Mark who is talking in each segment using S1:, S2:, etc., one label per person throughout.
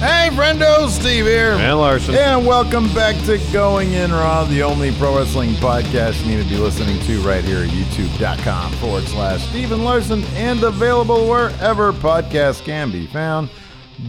S1: Hey, friendo, Steve here.
S2: And Larson.
S1: And welcome back to Going In Raw, the only pro wrestling podcast you need to be listening to right here at youtube.com forward slash Steven Larson and available wherever podcasts can be found.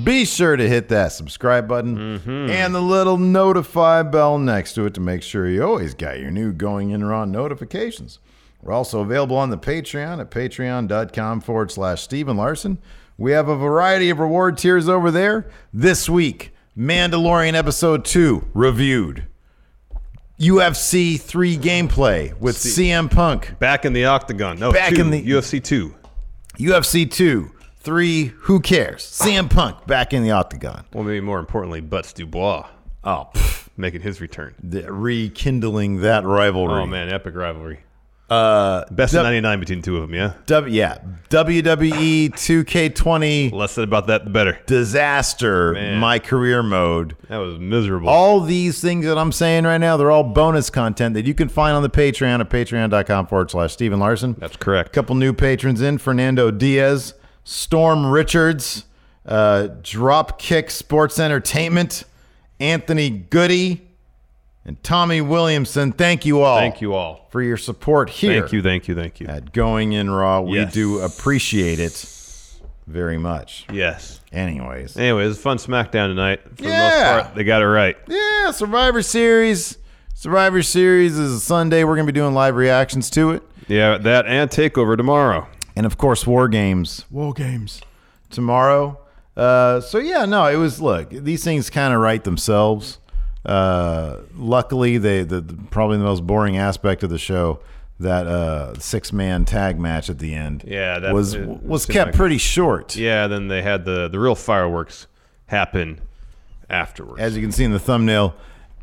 S1: Be sure to hit that subscribe button mm-hmm. and the little notify bell next to it to make sure you always got your new Going In Raw notifications. We're also available on the Patreon at patreon.com forward slash Steven Larson. We have a variety of reward tiers over there. This week, Mandalorian Episode 2 reviewed. UFC 3 gameplay with C- CM Punk.
S2: Back in the octagon. No, back two, in the UFC 2.
S1: UFC 2. Three, who cares? CM Punk back in the octagon.
S2: Well, maybe more importantly, Butts Dubois.
S1: Oh, pff,
S2: making his return.
S1: The, rekindling that rivalry.
S2: Oh, man, epic rivalry.
S1: Uh,
S2: Best w- of 99 between two of them, yeah?
S1: W- E yeah. WWE 2K20.
S2: Less said about that, the better.
S1: Disaster, Man. my career mode.
S2: That was miserable.
S1: All these things that I'm saying right now, they're all bonus content that you can find on the Patreon at patreon.com forward slash Steven Larson.
S2: That's correct.
S1: couple new patrons in Fernando Diaz, Storm Richards, uh, Dropkick Sports Entertainment, Anthony Goody and Tommy Williamson. Thank you all.
S2: Thank you all
S1: for your support here.
S2: Thank you, thank you, thank you.
S1: At Going In Raw, we yes. do appreciate it very much.
S2: Yes.
S1: Anyways.
S2: Anyways, fun SmackDown tonight. For yeah. the most part, they got it right.
S1: Yeah, Survivor Series. Survivor Series is a Sunday. We're going to be doing live reactions to it.
S2: Yeah, that and Takeover tomorrow.
S1: And of course, War Games.
S2: War Games.
S1: Tomorrow. Uh, so, yeah, no, it was, look, these things kind of write themselves. Uh, luckily, they the, the, probably the most boring aspect of the show that uh, six man tag match at the end.
S2: Yeah, that
S1: was it, was kept like, pretty short.
S2: Yeah, then they had the the real fireworks happen afterwards.
S1: As you can see in the thumbnail.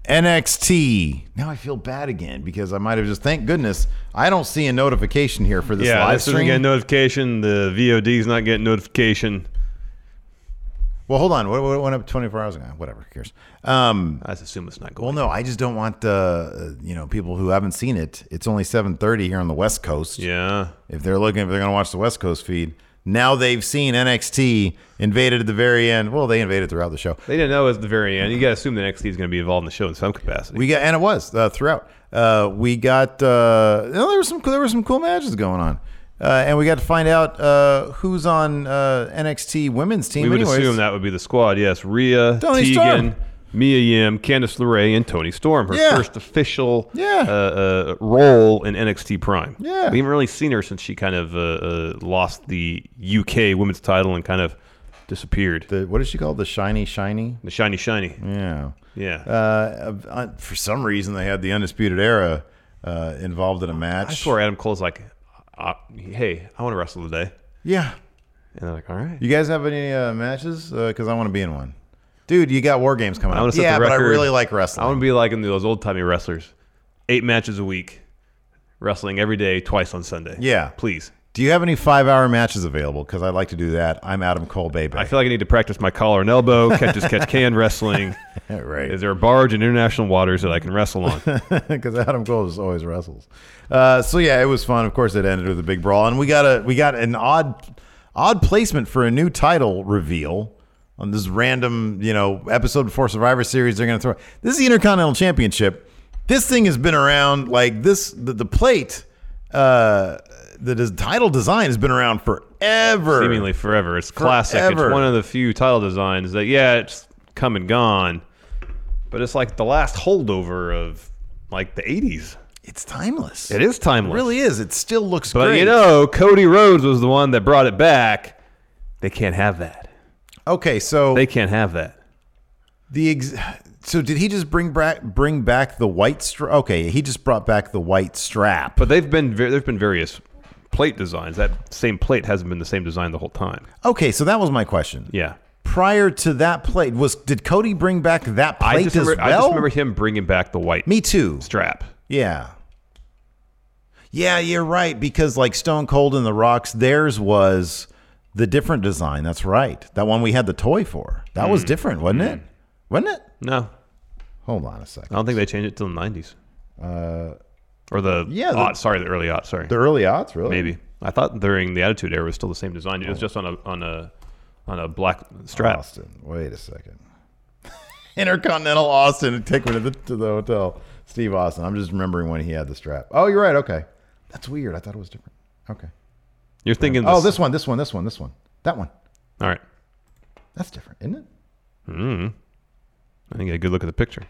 S1: NXT. Now I feel bad again because I might have just. Thank goodness I don't see a notification here for this
S2: yeah,
S1: live
S2: this
S1: stream.
S2: Yeah, getting notification. The VOD's not getting notification.
S1: Well, hold on. What, went up 24 hours ago? Whatever. Who cares? Um,
S2: I assume it's not going.
S1: Well, no, I just don't want the uh, you know people who haven't seen it. It's only 7:30 here on the West Coast.
S2: Yeah.
S1: If they're looking, if they're going to watch the West Coast feed, now they've seen NXT invaded at the very end. Well, they invaded throughout the show.
S2: They didn't know it was the very end. You got to assume the NXT is going to be involved in the show in some capacity.
S1: We got, and it was uh, throughout. Uh, we got. Uh, you know, there were some. There were some cool matches going on. Uh, and we got to find out uh, who's on uh, NXT women's team.
S2: We would
S1: anyways.
S2: assume that would be the squad. Yes, Rhea, Tony Tegan, Storm. Mia Yim, Candice LeRae, and Tony Storm. Her
S1: yeah.
S2: first official uh,
S1: yeah.
S2: role in NXT Prime.
S1: Yeah,
S2: we haven't really seen her since she kind of uh, lost the UK women's title and kind of disappeared.
S1: The, what is she called? The shiny, shiny.
S2: The shiny, shiny.
S1: Yeah, Uh,
S2: yeah.
S1: for some reason, they had the Undisputed Era uh, involved in a match. I
S2: swear, Adam Cole's like, uh, hey, I want to wrestle today.
S1: Yeah.
S2: And they're like, all right.
S1: You guys have any uh, matches? Because uh, I want to be in one. Dude, you got war games coming
S2: I
S1: up.
S2: yeah,
S1: but I really like wrestling.
S2: I want to be like those old timey wrestlers. Eight matches a week, wrestling every day, twice on Sunday.
S1: Yeah.
S2: Please.
S1: Do you have any five hour matches available? Because I'd like to do that. I'm Adam Cole, baby.
S2: I feel like I need to practice my collar and elbow, catch as catch can wrestling.
S1: right.
S2: Is there a barge in international waters that I can wrestle on?
S1: Because Adam Cole just always wrestles. Uh, so yeah, it was fun. Of course, it ended with a big brawl, and we got a we got an odd odd placement for a new title reveal on this random you know episode before Survivor Series. They're going to throw this is the Intercontinental Championship. This thing has been around like this. The, the plate. Uh, the title design has been around forever.
S2: Seemingly forever. It's classic. Forever. It's one of the few title designs that, yeah, it's come and gone, but it's like the last holdover of like the 80s.
S1: It's timeless.
S2: It is timeless.
S1: It really is. It still looks
S2: But
S1: great.
S2: you know, Cody Rhodes was the one that brought it back. They can't have that.
S1: Okay, so
S2: They can't have that.
S1: the ex- so did he just bring back bring back the white strap? Okay, he just brought back the white strap.
S2: But they've been there have been various plate designs. That same plate hasn't been the same design the whole time.
S1: Okay, so that was my question.
S2: Yeah.
S1: Prior to that plate, was did Cody bring back that plate
S2: I just,
S1: as
S2: remember, I
S1: well?
S2: just remember him bringing back the white
S1: Me too.
S2: strap.
S1: Yeah. Yeah, you're right because like Stone Cold and the Rocks, theirs was the different design. That's right. That one we had the toy for. That
S2: Mm.
S1: was different, wasn't it? Wasn't it?
S2: No,
S1: Hold on a
S2: I
S1: second.
S2: don't think they changed it till the 90s. Uh, or the
S1: yeah, the-
S2: aught, sorry, the early aught, sorry.
S1: The early Oh. odds, really?
S2: Maybe. I thought during the Attitude Era it was still the same design. It was just on a on a on a black strap.
S1: Austin. Wait a second. Intercontinental Austin. Take me to the, to the hotel. Steve Austin. I'm just remembering when he had the strap. Oh, you're right. Okay. That's weird. I thought it was different. Okay.
S2: You're thinking.
S1: Oh, this one, this one, this one, this one. That one.
S2: All right.
S1: That's different, isn't it?
S2: I think a good look at the picture.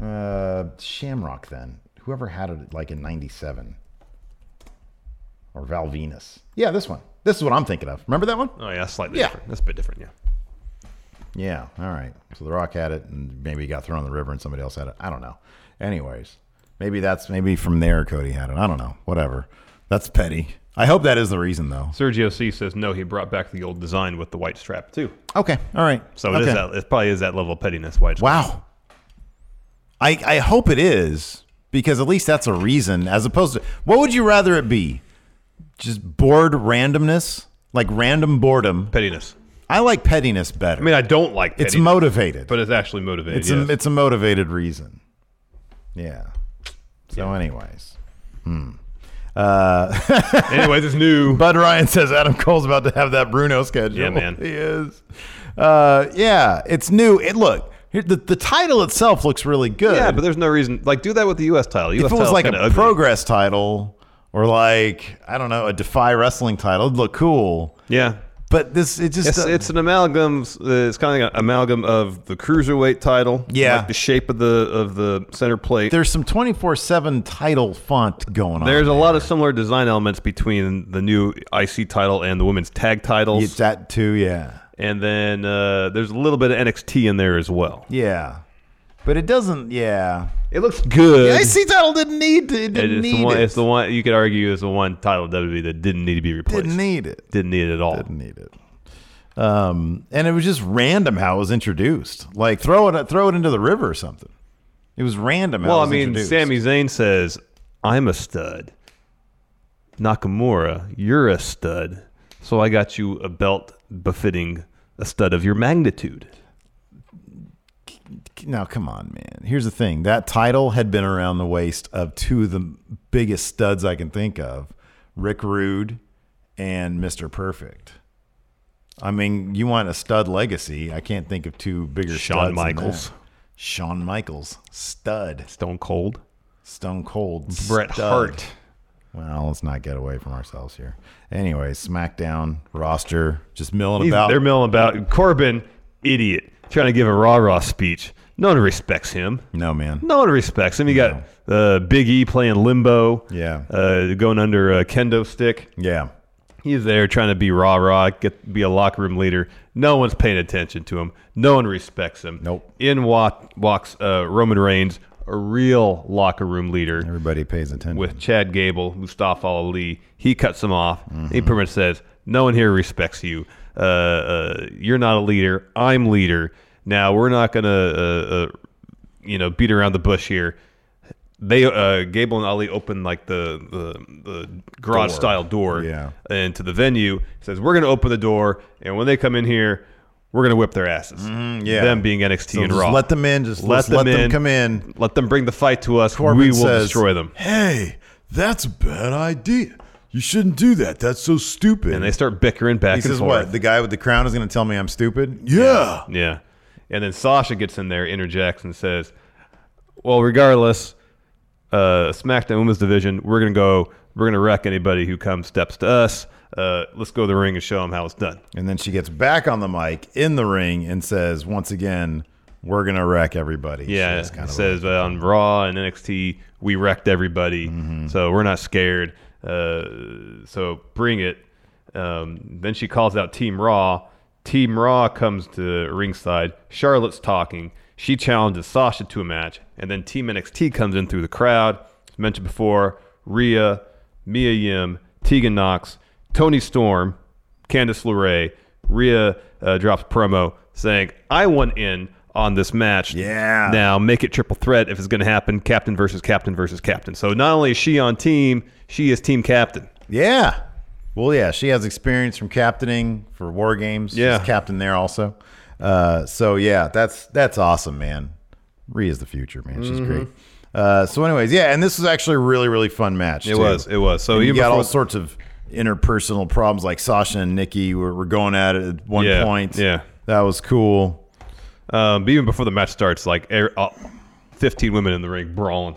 S1: Uh, Shamrock then. Whoever had it like in 97. Or Val Venus. Yeah, this one. This is what I'm thinking of. Remember that one?
S2: Oh yeah, slightly
S1: Yeah.
S2: different. That's a bit different. Yeah.
S1: Yeah. All right. So The Rock had it and maybe it got thrown in the river and somebody else had it. I don't know. Anyways, maybe that's maybe from there Cody had it. I don't know. Whatever. That's petty. I hope that is the reason though.
S2: Sergio C says no. He brought back the old design with the white strap too.
S1: Okay. All right.
S2: So it is
S1: Okay.
S2: that. It probably is that level of pettiness. White. strap.
S1: Wow. I I hope it is because at least that's a reason as opposed to what would you rather it be? Just bored randomness, like random boredom.
S2: Pettiness.
S1: I like pettiness better.
S2: I mean, I don't like.
S1: it's
S2: Pettiness,
S1: motivated,
S2: but it's actually motivated.
S1: it's
S2: yes.
S1: a it's a motivated reason. Yeah. So, anyways.
S2: Anyways, it's new.
S1: Bud Ryan says Adam Cole's about to have that Bruno schedule.
S2: Yeah, man.
S1: he is. Uh, yeah, it's new. It look here- the the title itself looks really good.
S2: yeah, but there's no reason. Like, do that with the U.S. title. US
S1: if it was
S2: title's
S1: like a
S2: kinda ugly.
S1: progress title or like I don't know a Defy wrestling title, it'd look cool.
S2: Yeah.
S1: But this it just
S2: It's,
S1: uh,
S2: it's an amalgam. uh, It's kind of like an amalgam of the cruiserweight title.
S1: Yeah.
S2: like the shape of the of the center plate.
S1: there's some twenty four seven title font going on.
S2: There's a lot of similar design elements between the new IC title and the women's tag titles,
S1: it's that too. Yeah,
S2: and then uh, there's a little bit of NXT in there as well.
S1: yeah. But it doesn't. Yeah,
S2: It looks good.
S1: the IC title didn't need to. It
S2: It
S1: didn't
S2: is
S1: need
S2: the one,
S1: it.
S2: It's the one you could argue is the one title of WWE that didn't need to be replaced.
S1: didn't need it.
S2: Didn't need it at all.
S1: Didn't need it. Um, and it was just random how it was introduced. Like throw it throw it into the river or something. It was random. How
S2: Well,
S1: it
S2: I
S1: was
S2: mean,
S1: introduced.
S2: Sami Zayn says, "I'm a stud." Nakamura, you're a stud. So I got you a belt befitting a stud of your magnitude.
S1: Now, come on, man. Here's the thing that title had been around the waist of two of the biggest studs I can think of Rick Rude and Mr. Perfect. I mean, you want a stud legacy. I can't think of two bigger
S2: Shawn
S1: studs than
S2: Michaels.
S1: that. Shawn Michaels, stud,
S2: Stone Cold,
S1: Stone Cold, stud.
S2: Bret Hart.
S1: Well, let's not get away from ourselves here. Anyway, SmackDown roster just milling
S2: He's-
S1: about.
S2: They're milling about. Corbin, idiot, trying to give a rah rah speech. No one respects him.
S1: no, man.
S2: No one respects him. You got uh, Big E playing limbo.
S1: Yeah.
S2: Uh, going under a kendo stick.
S1: Yeah.
S2: He's there trying to be rah rah, get be a locker room leader. No one's paying attention to him. No one respects him.
S1: Nope.
S2: In walk, walks uh, Roman Reigns, a real locker room leader
S1: Everybody pays attention.
S2: with Chad Gable, Mustafa Ali. He cuts him off.
S1: Mm-hmm.
S2: He pretty much says, "No one here respects you. Uh, uh, you're not a leader. I'm leader. Now we're not gonna, uh, uh, you know, beat around the bush here." They uh, Gable and Ali open like the the, the garage
S1: Door.
S2: style door
S1: Yeah.
S2: into the venue. Says we're gonna open the door, and when they come in here, we're gonna whip their asses.
S1: Mm-hmm. yeah.
S2: them being NXT
S1: So
S2: and
S1: just
S2: Raw.
S1: let them in. Just let, let them, come in.
S2: Let them bring the fight to us.
S1: Corbin
S2: we will
S1: says,
S2: destroy them.
S1: Hey, that's a bad idea. You shouldn't do that. That's so stupid.
S2: and they start bickering back
S1: he
S2: and
S1: says,
S2: forth.
S1: "What? The guy with the crown is going to tell me I'm stupid? Yeah.
S2: Yeah, and then Sasha gets in there, interjects, and says, "Well, regardless, uh, SmackDown Women's Division, we're gonna go, we're gonna wreck anybody who comes steps to us. Uh, let's go to the ring and show them how it's done."
S1: And then she gets back on the mic in the ring and says once again, we're gonna wreck everybody.
S2: Yeah,
S1: It's
S2: it says uh, on Raw and NXT, we wrecked everybody, so we're not scared. Uh, so bring it. Um, then she calls out Team Raw. Team Raw comes to ringside. Charlotte's talking. She challenges Sasha to a match, and then Team NXT comes in through the crowd. As mentioned before, Rhea, Mia Yim, Tegan Knox, Tony Storm, Candice LeRae. Rhea uh, drops promo saying, "I want in on this match.
S1: Yeah.
S2: Now make it triple threat if it's going to happen. Captain versus captain versus captain. So not only is she on team, she is team captain.
S1: Yeah. Well, yeah, she has experience from captaining for war games.
S2: Yeah.
S1: She's captain there also. Uh, so yeah, that's that's awesome, man. Rhea's the future, man. She's great. Uh, so, anyways, yeah, and this was actually a really, really fun match.
S2: Mm-hmm. It
S1: too.
S2: was. It was. So
S1: And you
S2: even
S1: got
S2: before-
S1: all sorts of interpersonal problems, like Sasha and Nikki were, were going at it at one
S2: Yeah,
S1: point.
S2: yeah.
S1: that was cool.
S2: Um, but even before the match starts, like er, uh, 15 women in the ring brawling.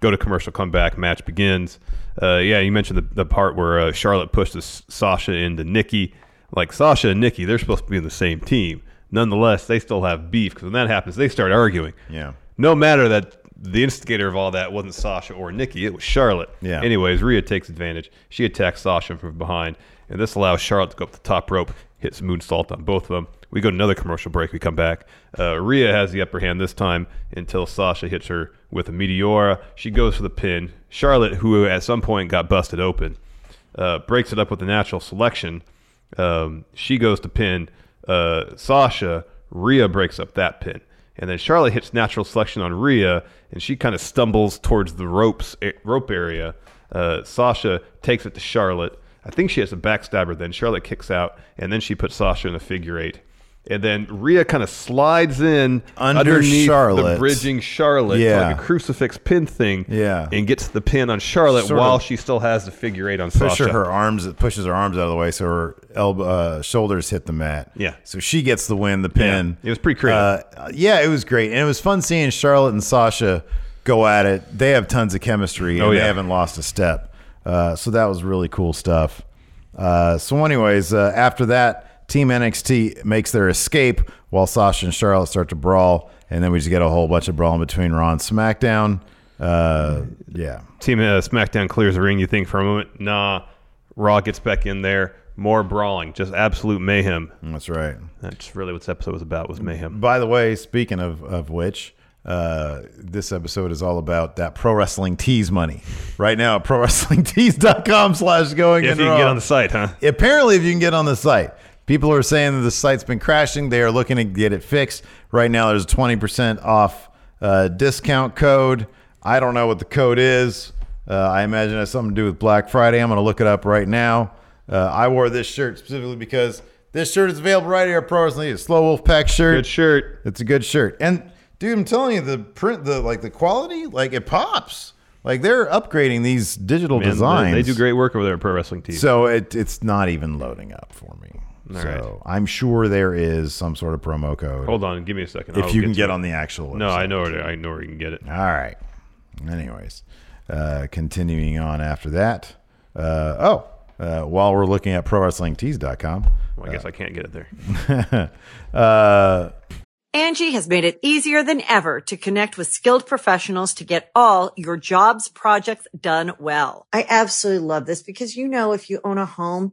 S2: Go to commercial, come back, match begins. Uh, yeah, you mentioned the, the part where uh, Charlotte pushed this Sasha into Nikki. Like Sasha and Nikki, they're supposed to be in the same team. Nonetheless, they still have beef because when that happens, they start arguing.
S1: Yeah.
S2: No matter that the instigator of all that wasn't Sasha or Nikki, it was Charlotte.
S1: Yeah.
S2: Anyways, Rhea takes advantage. She attacks Sasha from behind, and this allows Charlotte to go up the top rope, hits moonsault on both of them. We go to another commercial break. We come back. Uh, Rhea has the upper hand this time until Sasha hits her with a meteora. She goes for the pin. Charlotte, who at some point got busted open, uh, breaks it up with a natural selection. Um, she goes to pin uh, Sasha. Rhea breaks up that pin. And then Charlotte hits natural selection on Rhea, and she kind of stumbles towards the ropes eh, rope area. Uh, Sasha takes it to Charlotte. I think she has a backstabber. Then Charlotte kicks out, and then she puts Sasha in a figure eight. And then Rhea kind of slides in
S1: Under
S2: underneath
S1: Charlotte.
S2: the bridging Charlotte, to
S1: Yeah.
S2: like a crucifix pin thing,
S1: Yeah.
S2: and gets the pin on Charlotte
S1: Sort
S2: while
S1: of
S2: she still has the figure eight on
S1: Push
S2: Sasha.
S1: her, her arms, it pushes her arms out of the way so her elbow, uh, shoulders hit the mat.
S2: Yeah.
S1: So she gets the win, the pin.
S2: Yeah. It was pretty creative.
S1: Uh, yeah, it was great. And it was fun seeing Charlotte and Sasha go at it. They have tons of chemistry and
S2: Oh,
S1: they
S2: yeah.
S1: haven't lost a step. Uh, so that was really cool stuff. Uh, so, anyways, uh, after that, Team NXT makes their escape while Sasha and Charlotte start to brawl. And then we just get a whole bunch of brawling between Raw and SmackDown. Uh, yeah.
S2: Team uh, SmackDown clears the ring. You think for a moment, nah. Raw gets back in there. More brawling, just absolute mayhem.
S1: That's right.
S2: That's really what this episode was about. Was mayhem.
S1: By the way, speaking of, of which, uh, this episode is all about that pro wrestling tease money. Right now at prowrestlingtees.com slash going
S2: If
S1: in
S2: you
S1: raw.
S2: can get on the site, huh?
S1: Apparently, if you can get on the site, people are saying that the site's been crashing. They are looking to get it fixed. Right now, there's a 20% off uh, discount code. I don't know what the code is. Uh, I imagine it has something to do with Black Friday. I'm going to look it up right now. Uh, I wore this shirt specifically because this shirt is available right here at Pro Wrestling. Tees. Slow Wolf Pack shirt.
S2: Good shirt.
S1: It's a good shirt. And dude, I'm telling you, the print, the like, the quality, like it pops. Like they're upgrading these digital
S2: Man, uh, they-
S1: designs.
S2: They do great work over there at Pro Wrestling Tees.
S1: So it, it's not even loading up for me. so
S2: right.
S1: I'm sure there is some sort of promo code
S2: Hold on, give me a second.
S1: if
S2: I'll
S1: you can
S2: to
S1: get
S2: it.
S1: on the actual.
S2: No, I
S1: website.
S2: know where I know where you can get it.
S1: All right. Anyways, uh, continuing on after that. Uh, oh, uh, while we're looking at prowrestlingtees.com,
S2: Well, I guess I can't get it there.
S1: uh,
S3: Angie has made it easier than ever to connect with skilled professionals to get all your jobs projects done well.
S4: I absolutely love this because, you know, if you own a home,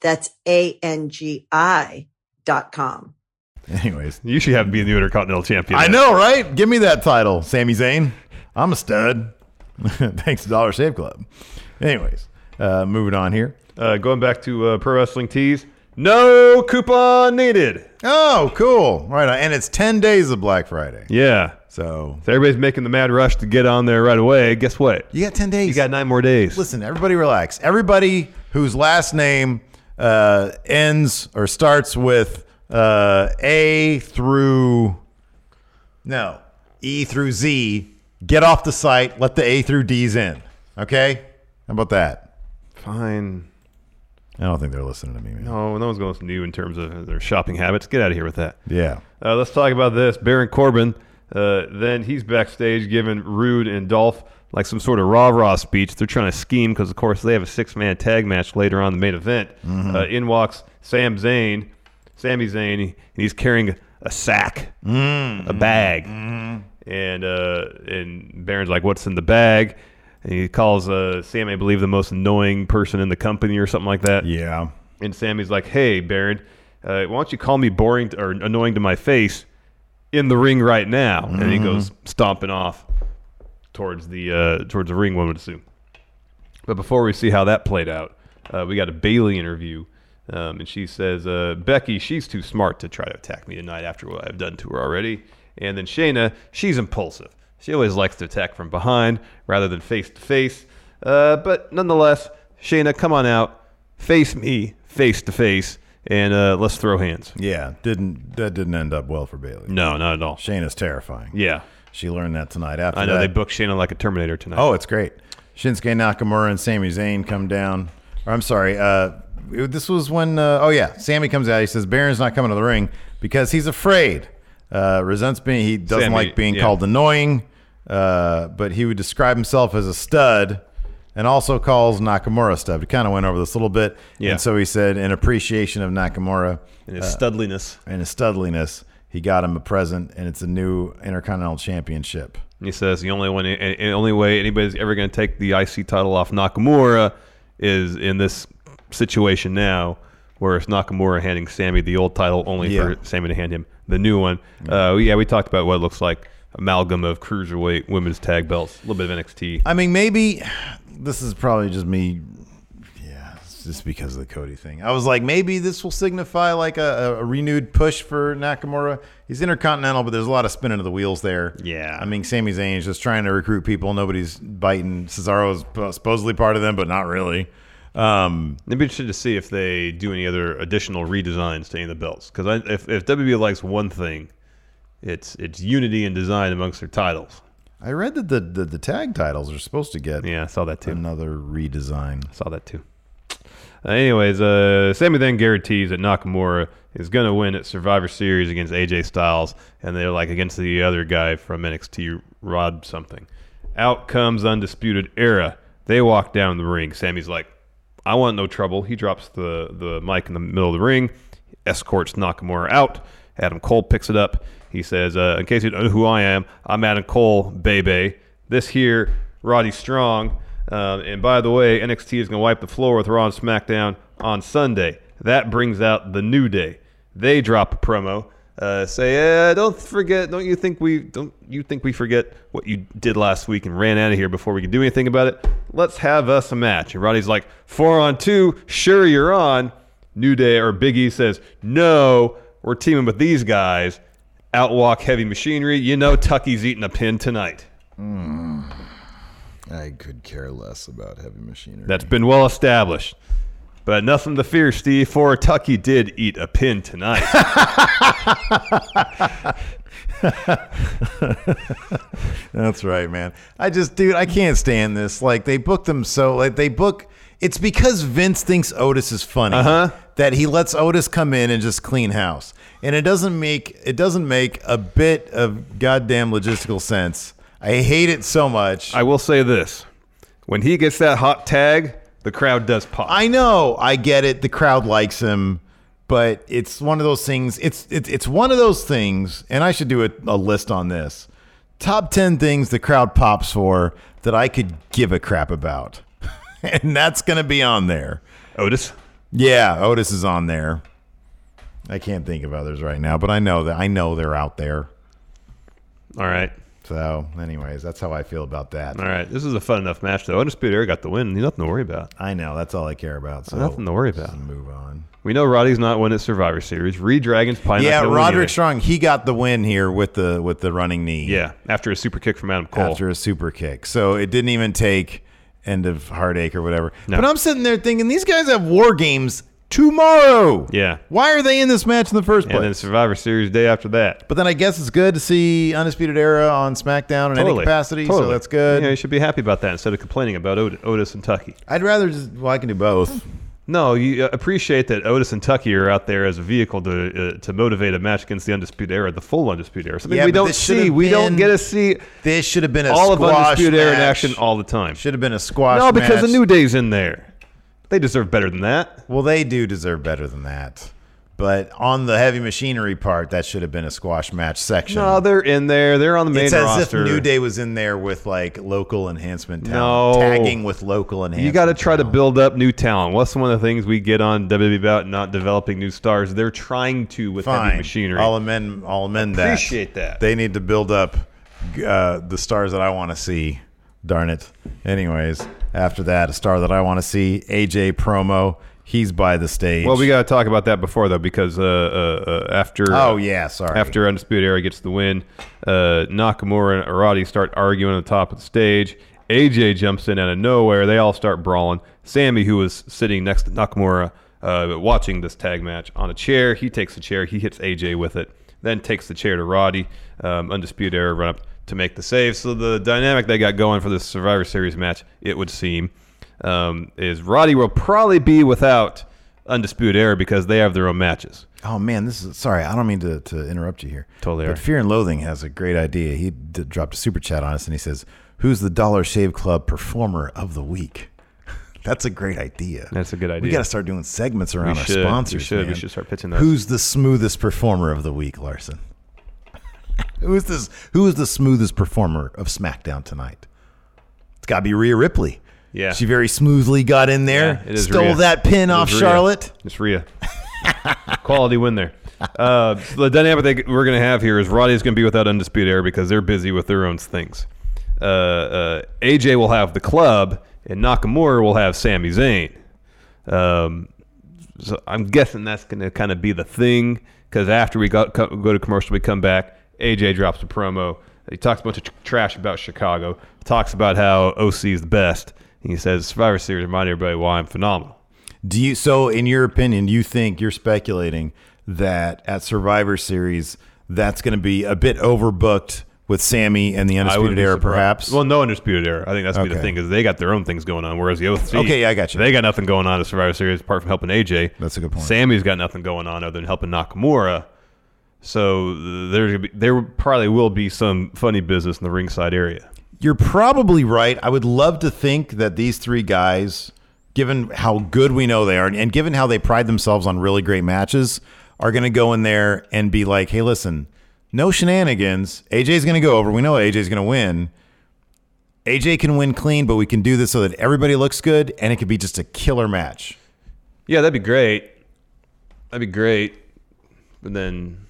S4: That's A-N-G-I dot com.
S1: Anyways,
S2: You should have him be the Intercontinental Champion.
S1: I know, right? Give me that title, Sami Zayn. I'm a stud. Thanks to Dollar Shave Club. Anyways, uh, moving on here.
S2: Uh, going back to uh, pro wrestling tees. No coupon needed.
S1: Oh, cool. Right on. And it's 10 days of Black Friday.
S2: Yeah.
S1: So
S2: So everybody's making the mad rush to get on there right away. Guess what?
S1: you got 10 days.
S2: You got nine more days.
S1: Listen, everybody relax. Everybody whose last name uh, ends or starts with uh, A through no, E through Z, get off the site, let the A through D's in. Okay? How about that?
S2: Fine.
S1: I don't think they're listening to me, man.
S2: Oh, no one's going to listen to you in terms of their shopping habits. Get out of here with that.
S1: Yeah.
S2: Uh, let's talk about this. Baron Corbin. Uh, then he's backstage giving Rude and Dolph like some sort of rah rah speech. They're trying to scheme because, of course, they have a six man tag match later on in the main event. Uh, in walks Sam Zayn, Sami Zayn, and he's carrying a sack, a bag. And uh, and Baron's like, "What's in the bag?" And he calls uh, Sam, I believe, the most annoying person in the company or something like that.
S1: Yeah.
S2: And Sammy's like, "Hey, Baron, uh, why don't you call me boring t- or annoying to my face in the ring right now?" And he goes stomping off towards the uh, towards the ring. One would assume. But before we see how that played out, uh, we got a Bailey interview, um, and she says, uh, "Becky, she's too smart to try to attack me tonight after what I've done to her already." And then Shayna, she's impulsive. She always likes to attack from behind rather than face to face. Uh, But nonetheless, Shayna, come on out, face me face to face, and uh, let's throw hands.
S1: Yeah. Didn't that didn't end up well for Bailey.
S2: No, not at all.
S1: Shayna's terrifying.
S2: Yeah,
S1: She learned that tonight after
S2: I know
S1: that.
S2: they booked Shayna like a Terminator tonight.
S1: Oh, it's great. Shinsuke Nakamura and Sami Zayn come down. Or, I'm sorry. Uh, it- this was when. Uh, oh yeah, Sammy comes out. He says Baron's not coming to the ring because he's afraid. Uh, resents being. He doesn't
S2: Sammy,
S1: like being
S2: yeah.
S1: called annoying. Uh, but he would describe himself as a stud, and also calls Nakamura a stud. We kind of went over this a little bit.
S2: Yeah.
S1: And so he said, in appreciation of Nakamura
S2: and his studliness.
S1: and his studliness, he got him a present, and it's a new Intercontinental Championship.
S2: And he says the only one, a- a- only way anybody's ever going to take the IC title off Nakamura is in this situation now, where it's Nakamura handing Sammy the old title, only
S1: Yeah.
S2: for Sammy to hand him the new one. Uh, yeah, we talked about what it looks like amalgam of cruiserweight women's tag belts, a little bit of NXT.
S1: I mean, maybe this is probably just me. Yeah, it's just because of the Cody thing. I was like, maybe this will signify like a, a renewed push for Nakamura. He's intercontinental, but there's a lot of spinning of the wheels there.
S2: Yeah.
S1: I mean, Sami Zayn is just trying to recruit people. Nobody's biting. Cesaro's supposedly part of them, but not really. Um,
S2: It'd be interesting to see if they do any other additional redesigns to any of the belts. Because if, if WB likes one thing, it's it's unity and design amongst their titles.
S1: I read that the, the the tag titles are supposed to get
S2: Yeah, I saw that too.
S1: another redesign.
S2: Saw that too. Uh, anyways, uh, Sammy then guarantees that Nakamura is going to win at Survivor Series against AJ Styles, and they're like against the other guy from NXT, Rod something. Out comes Undisputed Era. They walk down the ring. Sammy's like, I want no trouble. He drops the, the mic in the middle of the ring, escorts Nakamura out. Adam Cole picks it up. He says, uh, In case you don't know who I am, I'm Adam Cole, baby. This here, Roddy Strong. Um, and by the way, NXT is going to wipe the floor with Raw and SmackDown on Sunday. That brings out the New Day. They drop a promo. Uh, say, eh, don't forget. Don't you think we don't you think we forget what you did last week and ran out of here before we could do anything about it? Let's have us a match. And Roddy's like, four on two. Sure, you're on. New Day or Big E says, no, we're teaming with these guys. Outwalk Heavy Machinery. You know Tucky's eating a pin tonight.
S5: I could care less about heavy machinery.
S2: That's been well established. But nothing to fear, Steve, for Tucky did eat a pin tonight.
S1: That's right, man. I just, dude, I can't stand this. Like they book them so, like they book. It's because Vince thinks Otis is funny that he lets Otis come in and just clean house, and it doesn't make it doesn't make a bit of goddamn logistical sense. I hate it so much.
S2: I will say this. When he gets that hot tag, the crowd does pop.
S1: I know, I get it. The crowd likes him, but it's one of those things. It's it's it's one of those things, and I should do a, a list on this. Top ten things the crowd pops for that I could give a crap about, and that's gonna be on there.
S2: Otis.
S1: Yeah, Otis is on there. I can't think of others right now, but I know that I know they're out there.
S2: All right.
S1: So, anyways, that's how I feel about that.
S2: All right. This is a fun enough match, though. Undisputed Era got the win. Nothing to worry about.
S1: I know that's all I care about. So
S2: Nothing to worry
S1: let's
S2: about.
S1: Move on.
S2: We know Roddy's not winning Survivor Series. Reed Dragon's probably
S1: yeah,
S2: not gonna
S1: Roderick
S2: win
S1: Strong. He got the win here with the with the running knee.
S2: either. Yeah, after a super kick from Adam Cole.
S1: after a super kick. So it didn't even take end of heartache or whatever.
S2: No.
S1: But I'm sitting there thinking these guys have war games tomorrow.
S2: Yeah.
S1: Why are they in this match in the first
S2: and
S1: place?
S2: then Survivor Series day after that.
S1: but then I guess it's good to see Undisputed Era on SmackDown in any capacity. So that's good.
S2: Yeah, you should be happy about that instead of complaining about Ot- Otis and Tucky.
S1: I'd rather just well, I can do both.
S2: No, you uh, appreciate that Otis and Tucky are out there as a vehicle to uh, to motivate a match against the Undisputed Era, the full Undisputed Era. Something
S1: Yeah,
S2: we
S1: but
S2: don't
S1: this should
S2: see.
S1: have
S2: We don't
S1: been
S2: get to see
S1: This should have been a
S2: all of
S1: squash
S2: Undisputed Era in
S1: match.
S2: action all the time.
S1: Should have been a squash.
S2: No, because
S1: match.
S2: the New Day's in there. They deserve better than that.
S1: Well, they do deserve better than that. But on the heavy machinery part, that should have been a squash match section.
S2: No, they're in there. They're on the main
S1: it's as
S2: roster.
S1: if New Day was in there with like local enhancement
S2: No.
S1: talent, tagging with local enhancement.
S2: You got to try to
S1: talent.
S2: build up new talent. What's one of the things we get on WWE about not developing new stars? They're trying to with heavy
S1: Fine,
S2: machinery.
S1: I'll amend. I'll amend that.
S2: Appreciate that.
S1: They need to build up uh, the stars that I want to see. Darn it. Anyways, after that, a star that I want to see, AJ promo. He's by the stage.
S2: well, we got to talk about that before though, because uh, uh, uh, after
S1: Oh yeah, sorry.
S2: after Undisputed Era gets the win, uh, Nakamura and Arati start arguing on the top of the stage. AJ jumps in out of nowhere. They all start brawling. Sammy, who was sitting next to Nakamura, uh, watching this tag match on a chair, he takes the chair. He hits AJ with it, then takes the chair to Roddy. Um, Undisputed Era run up to make the save. So the dynamic they got going for this Survivor Series match, it would seem, um, is Roddy will probably be without Undisputed Era because they have their own matches.
S1: Oh man, this is sorry. I don't mean to, to interrupt you here.
S2: Totally
S1: But
S2: are.
S1: Fear and Loathing has a great idea. He d- dropped a super chat on us, and he says, "Who's the Dollar Shave Club Performer of the Week?" That's a great idea.
S2: That's a good
S1: We
S2: idea.
S1: got to start doing segments around
S2: We
S1: our
S2: should. We
S1: sponsors.
S2: should. We
S1: man.
S2: should start pitching those.
S1: Who's the smoothest performer of the week, Larson? who is this? Who is the smoothest performer of SmackDown tonight? It's got to be Rhea Ripley.
S2: Yeah.
S1: she very smoothly got in there,
S2: Yeah, it is
S1: stole
S2: Rhea.
S1: that pin
S2: It
S1: off
S2: is Rhea.
S1: Charlotte.
S2: It's Rhea. Quality win there. Uh, so the dynamic that we're going to have here is Roddy's going to be without Undisputed Era because they're busy with their own things. Uh, uh, AJ will have the club, and Nakamura will have Sami Zayn. Um, so I'm guessing that's going to kind of be the thing because after we got, co- go to commercial, we come back. AJ drops a promo. He talks a bunch of tr- trash about Chicago. Talks about how OC is the best. And he says Survivor Series remind everybody why I'm phenomenal.
S1: Do you so in your opinion, you think you're speculating that at Survivor Series that's going to be a bit overbooked with Sammy and the
S2: I
S1: Undisputed
S2: wouldn't be
S1: Era
S2: surprised.
S1: perhaps?
S2: Well, no undisputed era. I think that's gonna be the
S1: Okay.
S2: thing because they got their own things going on, whereas the OC.
S1: Okay, I got you.
S2: They got nothing going on at Survivor Series apart from helping AJ.
S1: That's a good point.
S2: Sammy's got nothing going on other than helping Nakamura. So there's gonna be, there probably will be some funny business in the ringside area.
S1: you're probably right. I would love to think that these three guys, given how good we know they are and, and given how they pride themselves on really great matches, are going to go in there and be like, "Hey, listen, no shenanigans. AJ's going to go over. We know AJ's going to win." AJ can win clean, but we can do this so that everybody looks good and it could be just a killer match.
S2: Yeah, that'd be great. That'd be great. But then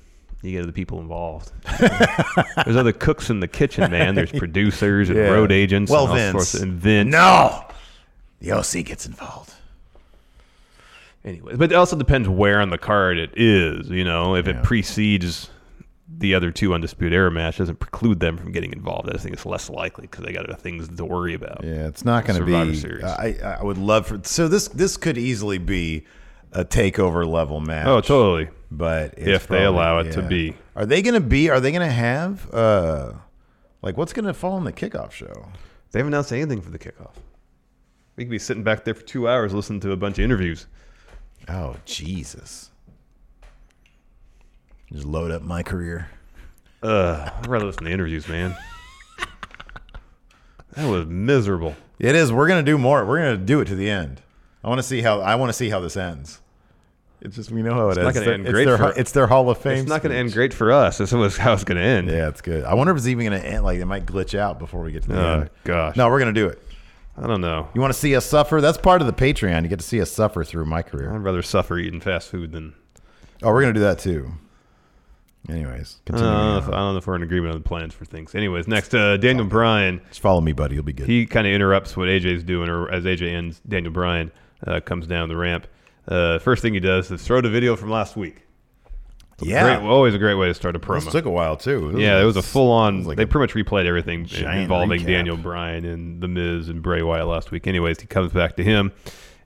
S2: you get the people involved. there's other cooks in the kitchen, man. There's producers and road agents.
S1: Well,
S2: and all
S1: Vince.
S2: sorts of, and Vince.
S1: No. The OC gets involved.
S2: Anyways, but it also depends where on the card it is. You know, if it precedes the other two undisputed era match, doesn't preclude them from getting involved. I think it's less likely because they got other things to worry about.
S1: Yeah, it's not going to
S2: Survivor
S1: be.
S2: Series.
S1: I I would love for so this this could easily be a takeover level match.
S2: Oh, totally.
S1: But it's
S2: If they allow it to be.
S1: are they going to be? Are they going to have? uh Like, what's going to fall in the kickoff show?
S2: They haven't announced anything for the kickoff. We could be sitting back there for two hours listening to a bunch of interviews.
S1: Oh Jesus! Just load up my career.
S2: Ugh, I'd rather listen to interviews, man. that was miserable.
S1: It is. We're going to do more. We're going to do it to the end. I want to see how. I want to see how this ends. It's just we know how it
S2: not
S1: ends.
S2: gonna end
S1: it's,
S2: great
S1: their,
S2: for-
S1: it's their Hall of Fame.
S2: it's not going to
S1: speech.
S2: end great for us. This was how it's going to end.
S1: Yeah, it's good. I wonder if it's even going to end. Like, it might glitch out before we get to the
S2: Oh,
S1: end.
S2: gosh.
S1: No, we're going to do it.
S2: I don't know.
S1: You want to see us suffer? That's part of the Patreon. You get to see us suffer through my career.
S2: I'd rather suffer eating fast food than
S1: Oh, we're gonna do that too. Anyways,
S2: I
S1: continue.
S2: don't, know if, Uh, I don't know if we're in agreement on the plans for things. Anyways, next, uh, Daniel Bryan.
S1: Just follow me, buddy. You'll be good.
S2: He kind of interrupts what AJ's doing, or as AJ ends, Daniel Bryan uh, comes down the ramp. Uh, first thing he does is throw the video from last week.
S1: yeah,
S2: Great, always a great way to start a promo.
S1: this took a while too.
S2: yeah, it was a full on.
S1: like
S2: they
S1: a
S2: pretty much replayed everything
S1: giant
S2: involving
S1: recap.
S2: Daniel Bryan and The Miz and Bray Wyatt last week. Anyways, he comes back to him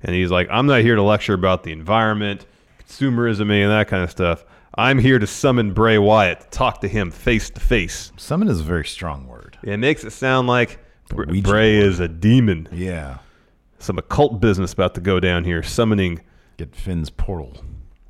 S2: and he's like, I'm not here to lecture about the environment, consumerism, and that kind of stuff. I'm here to summon Bray Wyatt, to talk to him face to face.
S1: Summon is a very strong word.
S2: It makes it sound like Br-
S1: Ouija
S2: Bray is a demon.
S1: Yeah,
S2: Some occult business about to go down here, summoning.
S1: get Finn's portal.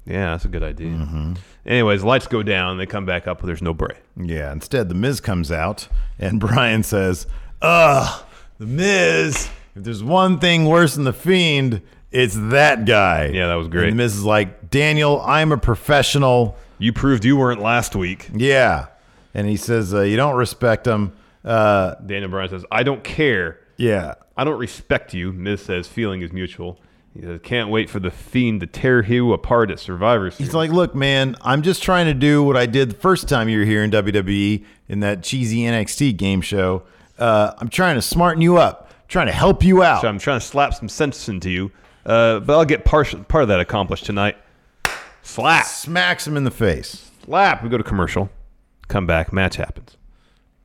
S2: Yeah, that's a good idea.
S1: Mm-hmm.
S2: Anyways, lights go down. They come back up, but there's no Bray.
S1: Yeah. Instead, the Miz comes out, and Brian says, "Ugh, the Miz. If there's one thing worse than the Fiend, it's that guy."
S2: Yeah, that was great.
S1: And the Miz is like, "Daniel, I'm a professional."
S2: You proved you weren't last week.
S1: Yeah, and he says, uh, "You don't respect him." Uh,
S2: Daniel Bryan says, I don't care.
S1: yeah,
S2: I don't respect you. Miz says, feeling is mutual. He says, can't wait for the fiend to tear you apart at Survivor Series.
S1: He's like, look, man, I'm just trying to do what I did the first time you were here in WWE in that cheesy NXT game show. Uh, I'm trying to smarten you up, trying to help you out.
S2: so I'm trying to slap some sense into you, uh, but I'll get partial, part of that accomplished tonight. Slap.
S1: Smacks him in the face.
S2: Slap. We go to commercial. Come back. Match happens.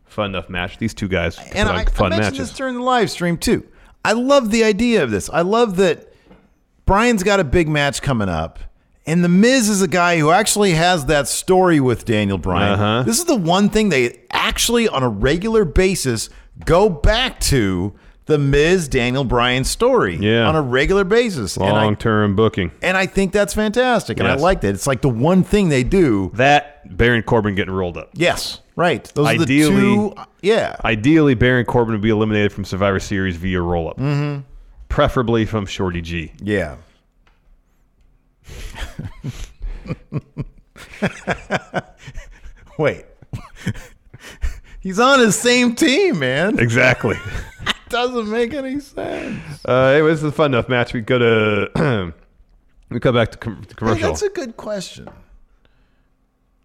S2: Fun enough match. These two guys
S1: And I,
S2: like
S1: I
S2: fun
S1: mentioned
S2: matches.
S1: this during the live stream too. I love the idea of this. I love that Brian's got a big match coming up. And The Miz is a guy who actually has that story with Daniel Bryan.
S2: Uh-huh.
S1: This is the one thing they actually, on a regular basis, go back to the Miz Daniel Bryan story
S2: Yeah.
S1: on a regular basis.
S2: Long
S1: And I,
S2: term booking.
S1: and I think that's fantastic. And
S2: Yes.
S1: I like that. It's like the one thing they do.
S2: That Baron Corbin getting rolled up.
S1: Yes, right. Those
S2: Ideally-
S1: are the two. Yeah.
S2: Ideally, Baron Corbin would be eliminated from Survivor Series via roll up. Mm-hmm. Preferably from Shorty G.
S1: Yeah. Wait. He's on his same team, man. It
S2: Exactly.
S1: doesn't make any sense.
S2: uh, anyway, this is a fun enough match. We go to. we come back to, com- to
S1: Hey,
S2: commercial.
S1: that's a good question.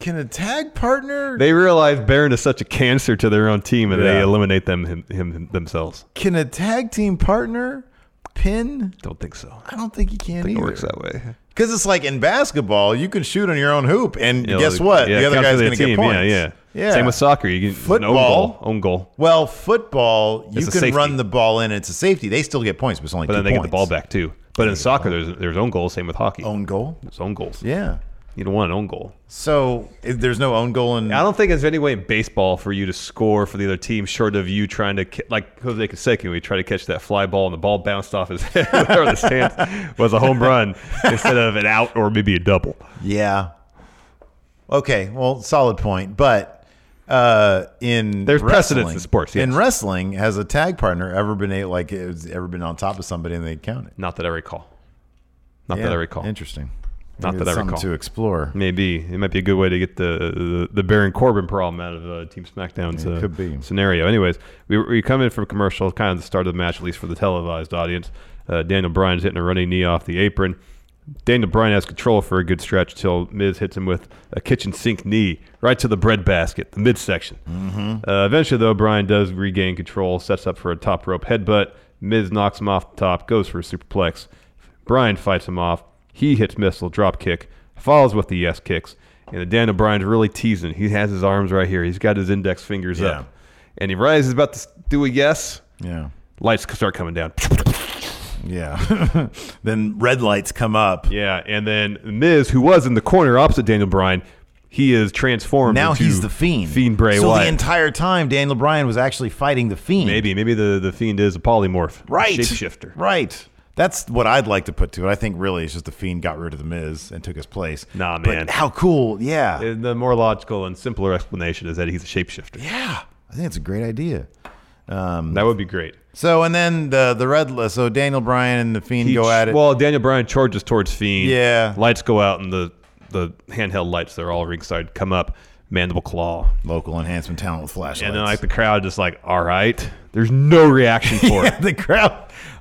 S1: Can a tag partner
S2: they realize Baron is such a cancer to their own team, and they
S1: Yeah.
S2: eliminate them him, him themselves.
S1: can a tag team partner pin?
S2: Don't think so.
S1: I don't think you can
S2: It
S1: either.
S2: works that way.
S1: Because it's like in basketball, you can shoot on your own hoop, and
S2: You know,
S1: guess
S2: the-
S1: what?
S2: yeah,
S1: the other
S2: counts for
S1: guy's
S2: their
S1: going to get
S2: team.
S1: points.
S2: Yeah, yeah.
S1: yeah.
S2: Same with soccer. You can an
S1: Football.
S2: own goal, own goal,
S1: Well, football,
S2: It's
S1: you
S2: a
S1: can
S2: safety.
S1: run the ball in. It's a safety. They still get points, but it's only
S2: but
S1: two
S2: then they get the
S1: points.
S2: ball back too. But in soccer, there's there's own goals. Same with hockey.
S1: Own goal?
S2: There's own goals.
S1: Yeah.
S2: You don't want an own goal.
S1: So i- there's no own goal in.
S2: I don't think there's any way in baseball for you to score for the other team short of you trying to ca- like Jose Canseco. We try to catch that fly ball and the ball bounced off his head whatever the stance was a home run instead of an out or maybe a double.
S1: yeah. Okay. Well, solid point. But uh, in
S2: There's precedence
S1: wrestling-
S2: in sports, yes.
S1: In wrestling, has a tag partner ever been a, like has ever been on top of somebody and they count it?
S2: Not that I recall. Not
S1: Yeah,
S2: that I recall.
S1: Interesting.
S2: Not
S1: Maybe
S2: that
S1: that's
S2: I
S1: something
S2: recall.
S1: To explore.
S2: Maybe it might be a good way to get the the, the Baron Corbin problem out of uh, Team SmackDown's
S1: It
S2: uh,
S1: could be.
S2: scenario. Anyways, we, we come in from commercial, kind of the start of the match, at least for the televised audience. Uh, Daniel Bryan's hitting a running knee off the apron. Daniel Bryan has control for a good stretch till Miz hits him with a kitchen sink knee right to the breadbasket, the midsection.
S1: Mm-hmm.
S2: Uh, eventually, though, Bryan does regain control, sets up for a top rope headbutt. Miz knocks him off the top, goes for a superplex. Bryan fights him off. He hits missile drop kick, follows with the yes kicks. And Daniel Bryan's really teasing. He has his arms right here. He's got his index fingers
S1: Yeah.
S2: up, and he rises about to s- do a yes.
S1: Yeah.
S2: Lights start coming down.
S1: Yeah. then red lights come up.
S2: Yeah, and then Miz, who was in the corner opposite Daniel Bryan, he is transformed.
S1: Now
S2: into
S1: he's the fiend.
S2: Fiend Bray
S1: So
S2: Wyatt.
S1: the entire time, Daniel Bryan was actually fighting the fiend.
S2: maybe maybe the the fiend is a polymorph,
S1: right
S2: Shapeshifter.
S1: Right. That's what I'd like to put to it. I think really it's just the fiend got rid of the Miz and took his place.
S2: Nah, man.
S1: But how cool! Yeah,
S2: And The more logical and simpler explanation is that he's a shapeshifter.
S1: yeah. I think it's a great idea.
S2: That would be great.
S1: So and then the the red. So Daniel Bryan and the fiend
S2: He
S1: go
S2: ch-
S1: at it.
S2: Well, Daniel Bryan charges towards Fiend.
S1: Yeah.
S2: Lights go out, and the, the handheld lights that are all ringside come up. Mandible Claw.
S1: Local enhancement talent with flashlights.
S2: And then, like, the crowd just like, all right. There's no reaction for
S1: yeah,
S2: it.
S1: the crowd.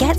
S6: Get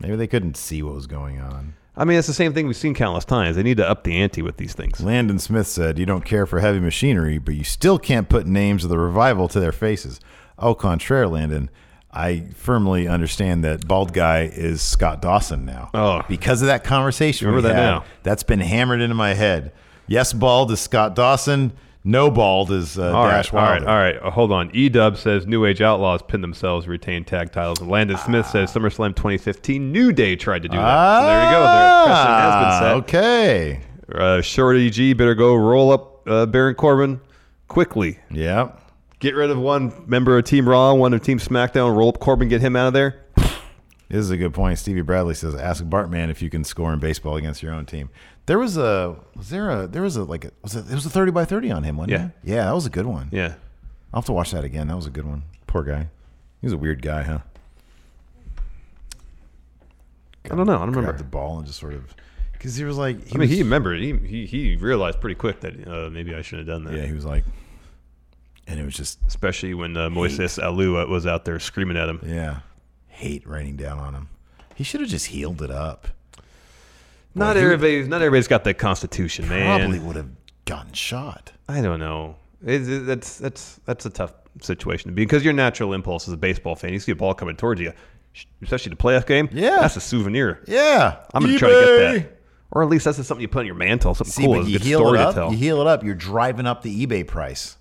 S1: Maybe they couldn't see what was going on.
S2: I mean, it's the same thing we've seen countless times. They need to up the ante with these things.
S1: Landon Smith said, You don't care for heavy machinery, but you still can't put names of the revival to their faces. Au contraire, Landon. I firmly understand that bald guy is Scott Dawson now.
S2: Oh.
S1: Because of that conversation.
S2: Remember
S1: we
S2: that
S1: had,
S2: now.
S1: That's been hammered into my head. Yes, bald is Scott Dawson. No, bald is uh,
S2: All
S1: Dash
S2: right, all right,
S1: Wilder.
S2: all right. Uh, Hold on. E Dub says New Age Outlaws pinned themselves, retained tag titles. And Landon
S1: Ah.
S2: Smith says SummerSlam 2015, New Day tried to do that. so there you go. There, precedent has been set.
S1: Ah, Okay.
S2: Uh, Shorty G better go roll up uh, Baron Corbin quickly.
S1: Yeah.
S2: Get rid of one member of Team Raw, one of Team SmackDown. Roll up Corbin, get him out of there.
S1: This is a good point. Stevie Bradley says, "Ask Bartman if you can score in baseball against your own team." There was a was there a there was a like a was it, it was a thirty by thirty on him, wasn't
S2: Yeah.
S1: it? Yeah, that was a good one.
S2: Yeah.
S1: I'll have to watch that again. That was a good one. Poor guy. He was a weird guy, huh?
S2: I don't know. I don't
S1: Grabbed the
S2: remember.
S1: ball and just sort of because he was like he
S2: I mean,
S1: was,
S2: he remembered. He, he, he realized pretty quick that uh, maybe I shouldn't have done that.
S1: yeah he was like, and it was just
S2: Especially when uh, Moises Alou was out there screaming at him.
S1: yeah hate raining down on him. He should have just healed it up.
S2: Not everybody's not everybody's got that constitution, man.
S1: Probably would have gotten shot.
S2: I don't know. It's, it- that's that's that's a tough situation to be because your natural impulse as a baseball fan, you see a ball coming towards you, sh- especially the playoff game.
S1: Yeah.
S2: that's a souvenir.
S1: Yeah,
S2: I'm gonna try to
S1: eBay.
S2: get that, or at least that's just something you put on your mantle. Something
S1: See,
S2: cool.
S1: but
S2: It's a
S1: you
S2: good
S1: heal
S2: story
S1: it up.
S2: to tell.
S1: You heal it up. You're driving up the eBay price.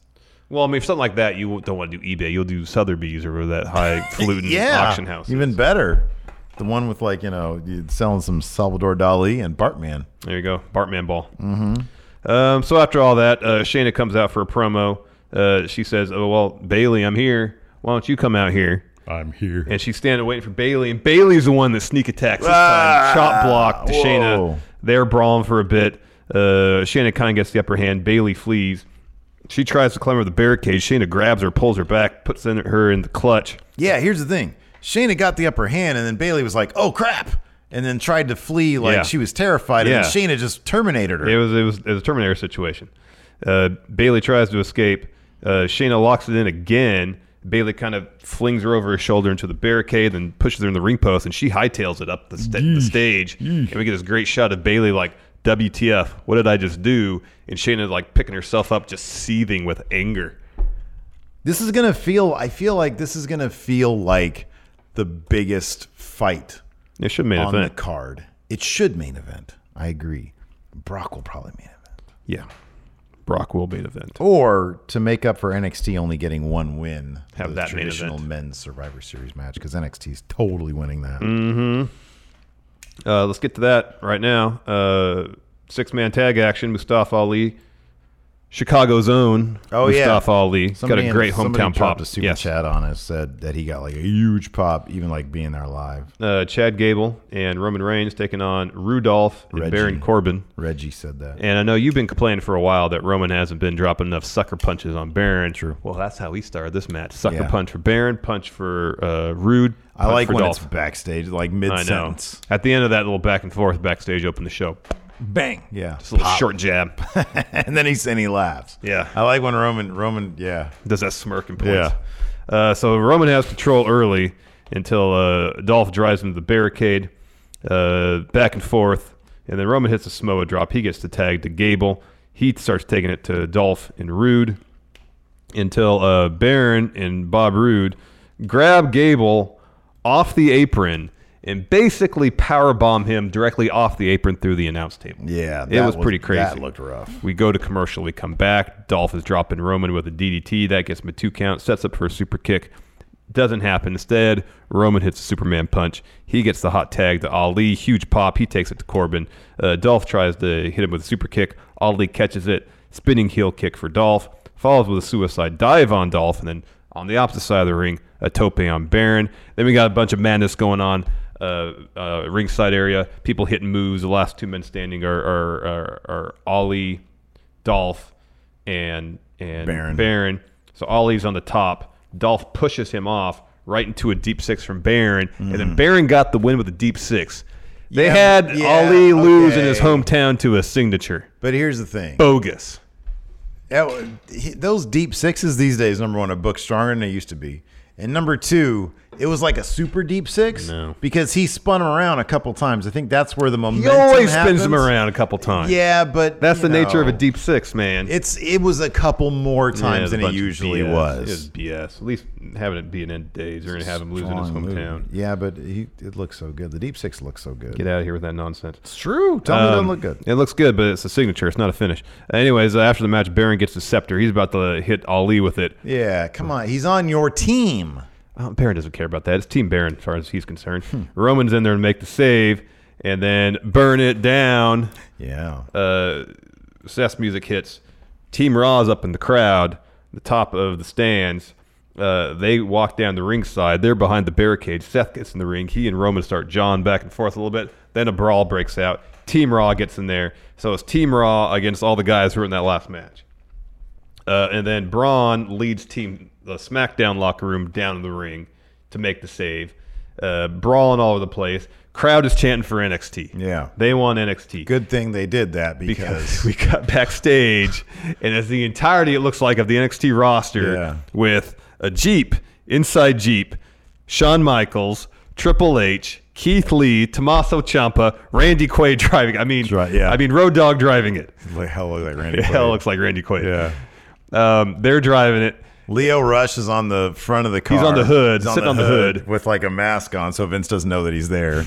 S2: well, I mean, if something like that, you don't want to do eBay. You'll do Sotheby's or that high falutin auction house.
S1: Even better. The one with like, you know, you selling some Salvador Dali and Bartman.
S2: There you go, Bartman ball. Mm-hmm. Um, so after all that, uh, Shayna comes out for a promo. Uh, she says, "Oh well, Bailey, I'm here. Why don't you come out here?"
S5: I'm here.
S2: And she's standing waiting for Bailey, and Bailey's the one that sneak attacks this time. Chop block to
S1: whoa.
S2: Shayna. They're brawling for a bit. Uh, Shayna kind of gets the upper hand. Bailey flees. She tries to climb over the barricade. Shayna grabs her, pulls her back, puts in her in the clutch.
S1: Yeah, here's the thing. Shayna got the upper hand and then Bailey was like, oh crap. And then tried to flee like
S2: Yeah.
S1: she was terrified. And
S2: Yeah.
S1: then Shayna just terminated her.
S2: It was it was, it was a Terminator situation. Uh, Bailey tries to escape. Uh, Shayna locks it in again. Bailey kind of flings her over her shoulder into the barricade, then pushes her in the ring post, and she hightails it up the, sta- the stage. And we get this great shot of Bailey like, "WTF? What did I just do?" And Shayna like picking herself up, just seething with anger.
S1: this is going to feel, I feel like this is going to feel like the biggest fight
S2: It should have made a
S1: on the
S2: thing.
S1: card. It should main event. I agree. Brock will probably main event.
S2: yeah, Brock will be an event.
S1: Or to make up for NXT only getting one win,
S2: Have
S1: the
S2: that main
S1: traditional
S2: event.
S1: men's Survivor Series match because NXT is totally winning that.
S2: Mm. Uh, let's get to that right now. Uh, Six man tag action: Mustafa Ali, Chicago's own
S1: Oh yeah,
S2: Mustafa Ali. He's
S1: Somebody
S2: got a
S1: in-
S2: great
S1: somebody
S2: hometown
S1: dropped
S2: pop.
S1: A super chat on us said that he got like a huge pop, even like being there live.
S2: Uh, Chad Gable and Roman Reigns taking on Rudolph and Baron Corbin.
S1: Reggie said that.
S2: And I know you've been complaining for a while that Roman hasn't been dropping enough sucker punches on Baron. True. Well, that's how he started this match. Sucker
S1: Yeah.
S2: punch for Baron, punch for uh, Rude.
S1: I
S2: punch
S1: like
S2: for
S1: when
S2: Dolph.
S1: it's backstage, like
S2: I know.
S1: mid-sentence.
S2: At the end of that little back and forth backstage, open the show.
S1: Bang. Yeah.
S2: Just a little
S1: Pop.
S2: short jab.
S1: and then he and he laughs.
S2: Yeah.
S1: I like when Roman Roman yeah
S2: does that smirk and points. Uh, so Roman has control early until uh, Dolph drives him to the barricade, uh, back and forth, and then Roman hits a Samoa drop. He gets the tag to Gable. He starts taking it to Dolph and Rude until uh, Baron and Bob Rude grab Gable off the apron and basically power bomb him directly off the apron through the announce table.
S1: Yeah,
S2: it
S1: that
S2: was,
S1: was-
S2: pretty crazy.
S1: that looked rough.
S2: We go to commercial. We come back. Dolph is dropping Roman with a DDT. That gets him a two count. Sets up for a super kick. Doesn't happen. Instead, Roman hits a Superman punch. He gets the hot tag to Ali. Huge pop. He takes it to Corbin. Uh, Dolph tries to hit him with a super kick. Ali catches it. Spinning heel kick for Dolph. Follows with a suicide dive on Dolph. And then on the opposite side of the ring, a tope on Baron. Then we got a bunch of madness going on. Uh, uh, ringside area, people hitting moves. The last two men standing are are, are, are Ollie, Dolph, and and
S1: Baron.
S2: Baron. So Ollie's on the top. Dolph pushes him off right into a deep six from Baron, and then Baron got the win with a deep six. They
S1: Mm. Yeah,
S2: had
S1: yeah,
S2: Ali lose in his
S1: okay.
S2: hometown to a signature.
S1: But here's the thing.
S2: Bogus.
S1: That wa- he- those deep sixes these days, number one, are booked stronger than they used to be. And number two, it was like a super deep six because he spun him around a couple times. I think that's where the momentum
S2: He always spins him
S1: happens.
S2: around a couple times.
S1: Yeah, but
S2: That's the
S1: you
S2: nature of a
S1: know,
S2: deep six, man.
S1: It's it was a couple more
S2: Yeah,
S1: times
S2: it's a
S1: than it
S2: bunch of
S1: usually
S2: BS.
S1: was.
S2: It's BS. At least having it be an end days, or have him lose in his
S1: Strong move.
S2: hometown.
S1: Yeah, but he, it looks so good. The deep six looks so good.
S2: Get out of here with that nonsense. It's
S1: true. Tell me it doesn't look good.
S2: It looks good, but it's a signature. It's not a finish. Anyways, uh, after the match, Baron gets the scepter. He's about to hit Ali with it.
S1: Yeah, come on. He's on your team.
S2: Uh, Baron doesn't care about that. It's Team Baron as far as he's concerned.
S1: Hmm.
S2: Roman's in there to make the save and then burn it down.
S1: Yeah.
S2: Uh, Seth's music hits. Team Raw's up in the crowd, the top of the stands. Uh, they walk down the ringside. They're behind the barricade. Seth gets in the ring. He and Roman start jawing back and forth a little bit. Then a brawl breaks out. Team Raw gets in there. So it's Team Raw against all the guys who were in that last match. Uh, and then Braun leads team the SmackDown locker room down to the ring to make the save. Uh, brawling all over the place. Crowd is chanting for NXT.
S1: Yeah.
S2: They want NXT.
S1: Good thing they did that because,
S2: we got backstage, and it's the entirety, it looks like, of the NXT roster
S1: Yeah.
S2: with a Jeep, Inside Jeep, Shawn Michaels, Triple H, Keith Lee, Tommaso Ciampa, Randy Quaid driving. I mean,
S1: yeah.
S2: I mean, Road Dog driving it.
S1: like, hell look like Randy.
S2: Hell,
S1: Quaid.
S2: looks like Randy Quaid. Yeah. Um, they're driving it.
S1: Leo Rush is on the front of the car.
S2: He's on the hood,
S1: He's
S2: sitting on the hood.
S1: with like a mask on, so Vince doesn't know that he's there.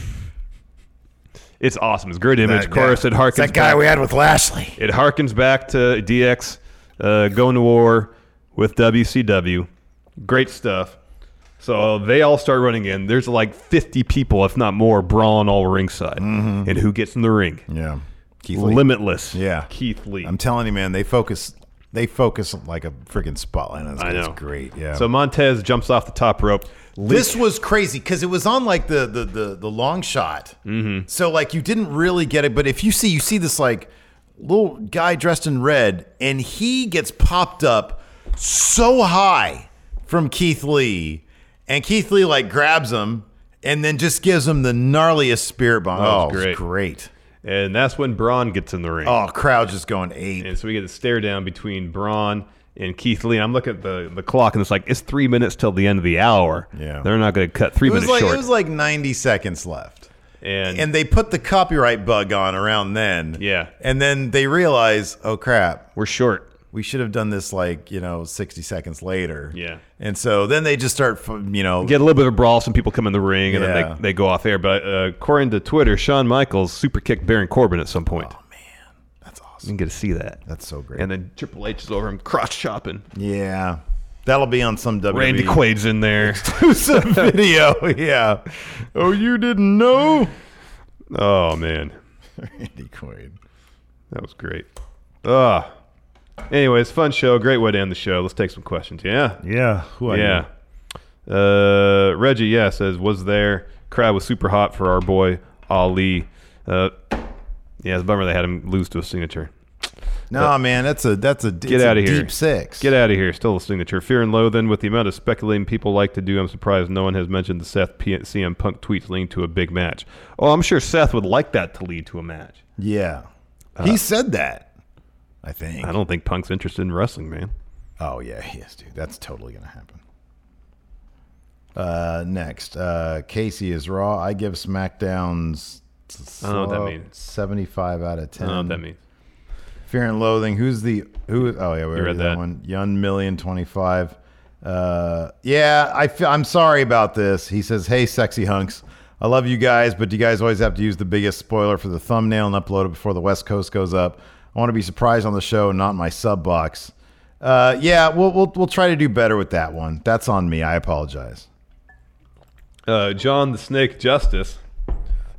S2: It's awesome. It's a great image.
S1: That-
S2: Of course,
S1: that-
S2: it harkens
S1: that guy
S2: back-
S1: we had with Lashley.
S2: It harkens back to DX uh, going to war with WCW. Great stuff. So they all start running in. There's like 50 people, if not more, brawling all ringside. And who gets in the ring?
S1: Yeah, Keith Mm-hmm. Lee.
S2: Limitless.
S1: Yeah,
S2: Keith Lee.
S1: I'm telling you, man, they focus. They focus like a freaking spotlight on this.
S2: I
S1: guy.
S2: know.
S1: It's great. Yeah.
S2: So Montez jumps off the top rope.
S1: This was crazy because it was on like the the the, the long shot. Mm-hmm. So like you didn't really get it, but if you see you see this like little guy dressed in red, and he gets popped up so high from Keith Lee, and Keith Lee like grabs him and then just gives him the gnarliest spirit bomb.
S2: Oh,
S1: Oh,
S2: it's
S1: it's
S2: great.
S1: great.
S2: And that's when Braun gets in the ring.
S1: Oh, crowd just going eight.
S2: And so we get the stare down between Braun and Keith Lee. And I'm looking at the, the clock and it's like, it's three minutes till the end of the hour.
S1: Yeah.
S2: They're not going to cut three
S1: it was
S2: minutes
S1: like
S2: short.
S1: it was like ninety seconds left.
S2: and,
S1: And they put the copyright bug on around then.
S2: Yeah.
S1: And then they realize, oh crap,
S2: we're short.
S1: we should have done this like you know 60 seconds later
S2: Yeah.
S1: and so then they just start f- you know
S2: get a little bit of a brawl. Some people come in the ring and
S1: Yeah.
S2: then they, they go off air. But uh, according to Twitter, Shawn Michaels super kicked Baron Corbin at some point. Oh man, that's awesome! You can get to see that.
S1: that's so great
S2: And then Triple H is over him cross chopping.
S1: yeah that'll be on some WWE
S2: Randy Quaid's in there.
S1: exclusive video yeah oh you didn't know
S2: oh man,
S1: Randy Quaid
S2: that was great. Ah, Anyways, fun show. Great way to end the show. Let's take some questions. Yeah.
S7: Yeah. Who are
S2: yeah. Uh, Reggie, yeah, says, was there. Crowd was super hot for our boy, Ali. Uh, yeah, it's a bummer they had him lose to a signature.
S1: No, man, that's a that's a
S2: Get
S1: it's a
S2: out of here.
S1: Deep six.
S2: Get out of here. Still a signature. Fear and loathing. With the amount of speculating people like to do, I'm surprised no one has mentioned the Seth P- CM Punk tweets leading to a big match. Oh, I'm sure Seth would like that to lead to a match.
S1: Yeah, he said that. I think.
S2: Uh, I don't think Punk's interested in wrestling, man.
S1: Oh yeah, he is, dude. That's totally gonna happen. Uh, next, uh, Casey is raw. I give SmackDowns.
S2: I don't know what that means.
S1: Seventy-five out of ten.
S2: I don't know what that means.
S1: Fear and Loathing. Who's the who? Oh yeah, we already
S2: read
S1: did that,
S2: that.
S1: one. Yun Million Twenty Five. Uh, yeah, I feel, I'm sorry about this. He says, "Hey, sexy hunks, I love you guys, but you guys always have to use the biggest spoiler for the thumbnail and upload it before the West Coast goes up. I want to be surprised on the show, not in my sub box. Uh, yeah, we'll, we'll we'll try to do better with that one. That's on me. I apologize.
S2: Uh, John the Snake Justice.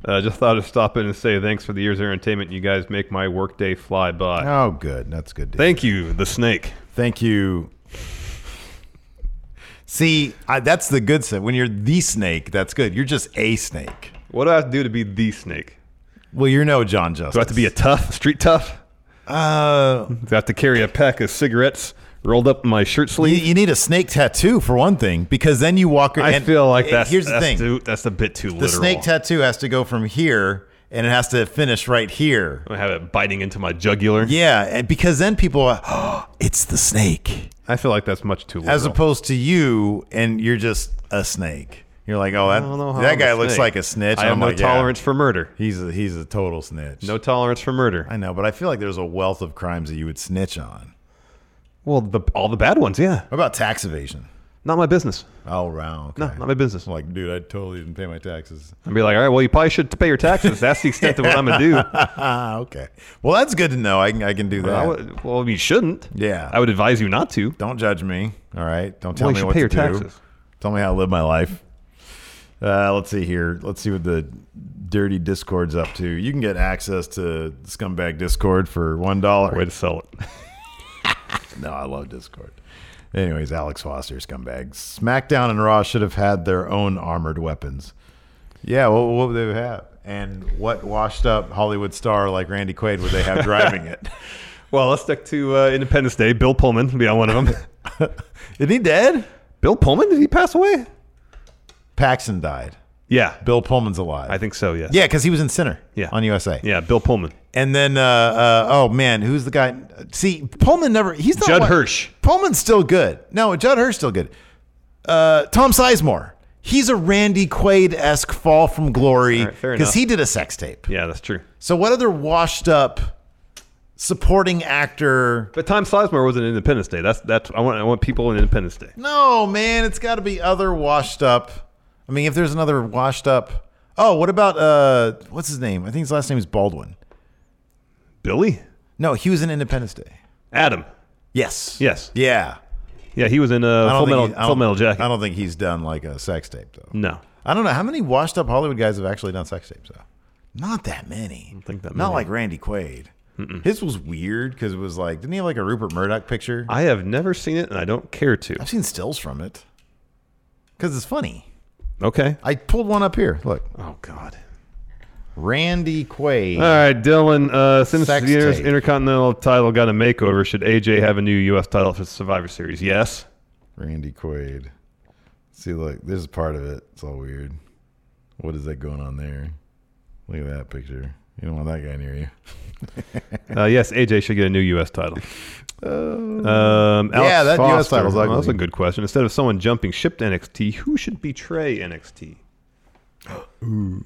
S2: Uh, just thought I'd stop in and say thanks for the years of entertainment. You guys make my workday fly by.
S1: Oh, good. That's good. To
S2: Thank you, the Snake.
S1: Thank you. See, I, that's the good side. When you're the snake, that's good. You're just a snake.
S2: What do I have to do to be the snake?
S1: Well, you're no John Justice.
S2: Do I have to be a tough, street tough?
S1: Uh, do
S2: I have to carry a pack of cigarettes rolled up in my shirt
S1: You,
S2: sleeve?
S1: you need a snake tattoo for one thing, because then you walk.
S2: I
S1: and-
S2: feel like
S1: and
S2: that's
S1: here's the
S2: that's
S1: thing:
S2: too- that's a bit too
S1: the
S2: literal.
S1: snake tattoo has to go from here, and it has to finish right here.
S2: I have it biting into my jugular.
S1: Yeah, and because then people are, oh, it's the snake,
S2: I feel like that's much too literal.
S1: as opposed to you, and you're just a snake. You're like, oh, that,
S2: don't know how
S1: that
S2: I'm a
S1: guy looks
S2: snake.
S1: like a snitch.
S2: I have
S1: I'm
S2: no
S1: like, yeah.
S2: tolerance for murder.
S1: He's a, he's a total snitch.
S2: No tolerance for murder.
S1: I know, but I feel like there's a wealth of crimes that you would snitch on.
S2: Well, the, all the bad ones, yeah.
S1: What about tax evasion?
S2: Not my business.
S1: Oh, wow. Okay.
S2: No, not my business.
S1: Like, dude, I totally didn't pay my taxes.
S2: I'd be like, all right, well, you probably should pay your taxes. That's the extent of what I'm gonna do.
S1: Ah, okay. Well, that's good to know. I can I can do
S2: Well, I
S1: that.
S2: would- well, you shouldn't.
S1: yeah.
S2: I would advise you not to.
S1: Don't judge me. All right. Don't tell
S2: Well, you
S1: me
S2: should
S1: what
S2: pay
S1: to
S2: your
S1: do.
S2: taxes.
S1: Tell me how to live my life. Uh, let's see here. Let's see what the dirty Discord's up to. You can get access to Scumbag Discord for one dollar.
S2: Way to sell it.
S1: no, I love Discord. Anyways, Alex Foster, scumbag. SmackDown and Raw should have had their own armored weapons. Yeah, what, what would they have? And what washed up Hollywood star like Randy Quaid would they have driving it?
S2: Well, let's stick to uh, Independence Day. Bill Pullman would be on one of them.
S1: Is he dead?
S2: Bill Pullman? Did he pass away?
S1: Paxson died.
S2: Yeah.
S1: Bill Pullman's alive.
S2: I think so, yes.
S1: Yeah, because he was in Sinner.
S2: Yeah.
S1: on USA.
S2: Yeah, Bill Pullman.
S1: And then, uh, uh, oh man, who's the guy? See, Pullman never. He's not
S2: Judd
S1: one-
S2: Hirsch.
S1: Pullman's still good. No, Judd Hirsch still good. Uh, Tom Sizemore. He's a Randy Quaid esque fall from glory
S2: right, fair enough.
S1: he did a sex tape.
S2: Yeah, that's true.
S1: So what other washed up supporting actor?
S2: But Tom Sizemore was in Independence Day. That's that's I want I want people in Independence Day.
S1: No, man, it's got to be other washed up. I mean, if there's another washed up. Oh, what about uh, what's his name? I think his last name is Baldwin.
S2: Billy?
S1: No, he was in Independence Day.
S2: Adam.
S1: Yes.
S2: Yes.
S1: Yeah.
S2: Yeah, he was in
S1: I
S2: uh,
S1: don't
S2: Full
S1: think
S2: Metal
S1: he- I
S2: Full
S1: don't-
S2: Metal Jacket.
S1: I don't think he's done like a sex tape though.
S2: No.
S1: I don't know how many washed up Hollywood guys have actually done sex tapes though. Not that many.
S2: think that
S1: Not
S2: many.
S1: like Randy Quaid. His was weird because it was like, didn't he have like a Rupert Murdoch picture?
S2: I have never seen it and I don't care to.
S1: I've seen stills from it because it's funny.
S2: Okay.
S1: I pulled one up here. Look,
S2: Oh God.
S1: Randy Quaid.
S2: All right, Dylan. Uh, since
S1: Sex
S2: the inter-
S1: tape.
S2: Intercontinental title got a makeover, should AJ have a new U.S. title for Survivor Series? Yes.
S1: Randy Quaid. See, look, there's a part of it. It's all weird. What is that going on there? Look at that picture. You don't want that guy near you.
S2: Uh, yes, AJ should get a new U.S. title. Um, Alex
S1: Yeah, that US
S2: Foster.
S1: title's
S2: Well, that's
S1: ugly.
S2: a good question. Instead of someone jumping ship to NXT, who should betray NXT?
S1: Who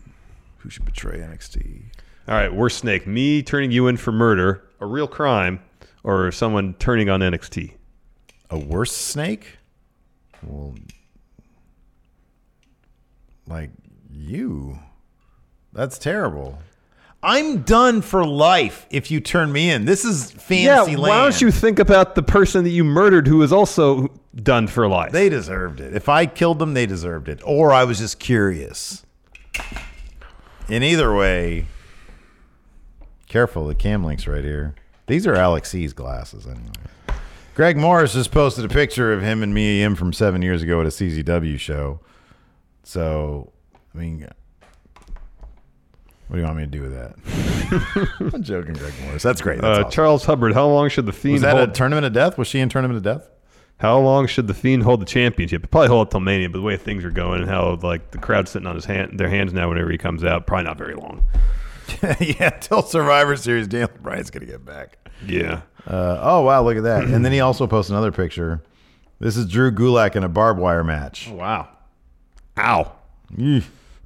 S1: should betray NXT?
S2: All right, worst snake. Me turning you in for murder, a real crime, or someone turning on NXT.
S1: A worse snake? Well, like you. That's terrible. I'm done for life if you turn me in. This is fancy land.
S2: why don't you think about the person that you murdered who is also done for life?
S1: They deserved it. If I killed them, they deserved it. Or I was just curious. In either way, careful, the cam link's right here. These are Alex C's glasses, anyway. Greg Morris just posted a picture of him and me M from seven years ago at a CZW show. So, I mean, what do you want me to do with that? I'm joking, Greg Morris. That's great. That's
S2: uh,
S1: awesome.
S2: Charles Hubbard, how long should the Fiend
S1: that a
S2: hold
S1: tournament of death? Was she in tournament of death?
S2: How long should the Fiend hold the championship? Probably hold it till Mania, but the way things are going and how like the crowd's sitting on his hand, their hands now whenever he comes out, probably not very long.
S1: yeah, till Survivor Series, Daniel Bryan's gonna get back.
S2: Yeah.
S1: Uh, oh wow, look at that! and then he also posts another picture. This is Drew Gulak in a barbed wire match.
S2: wow. Ow.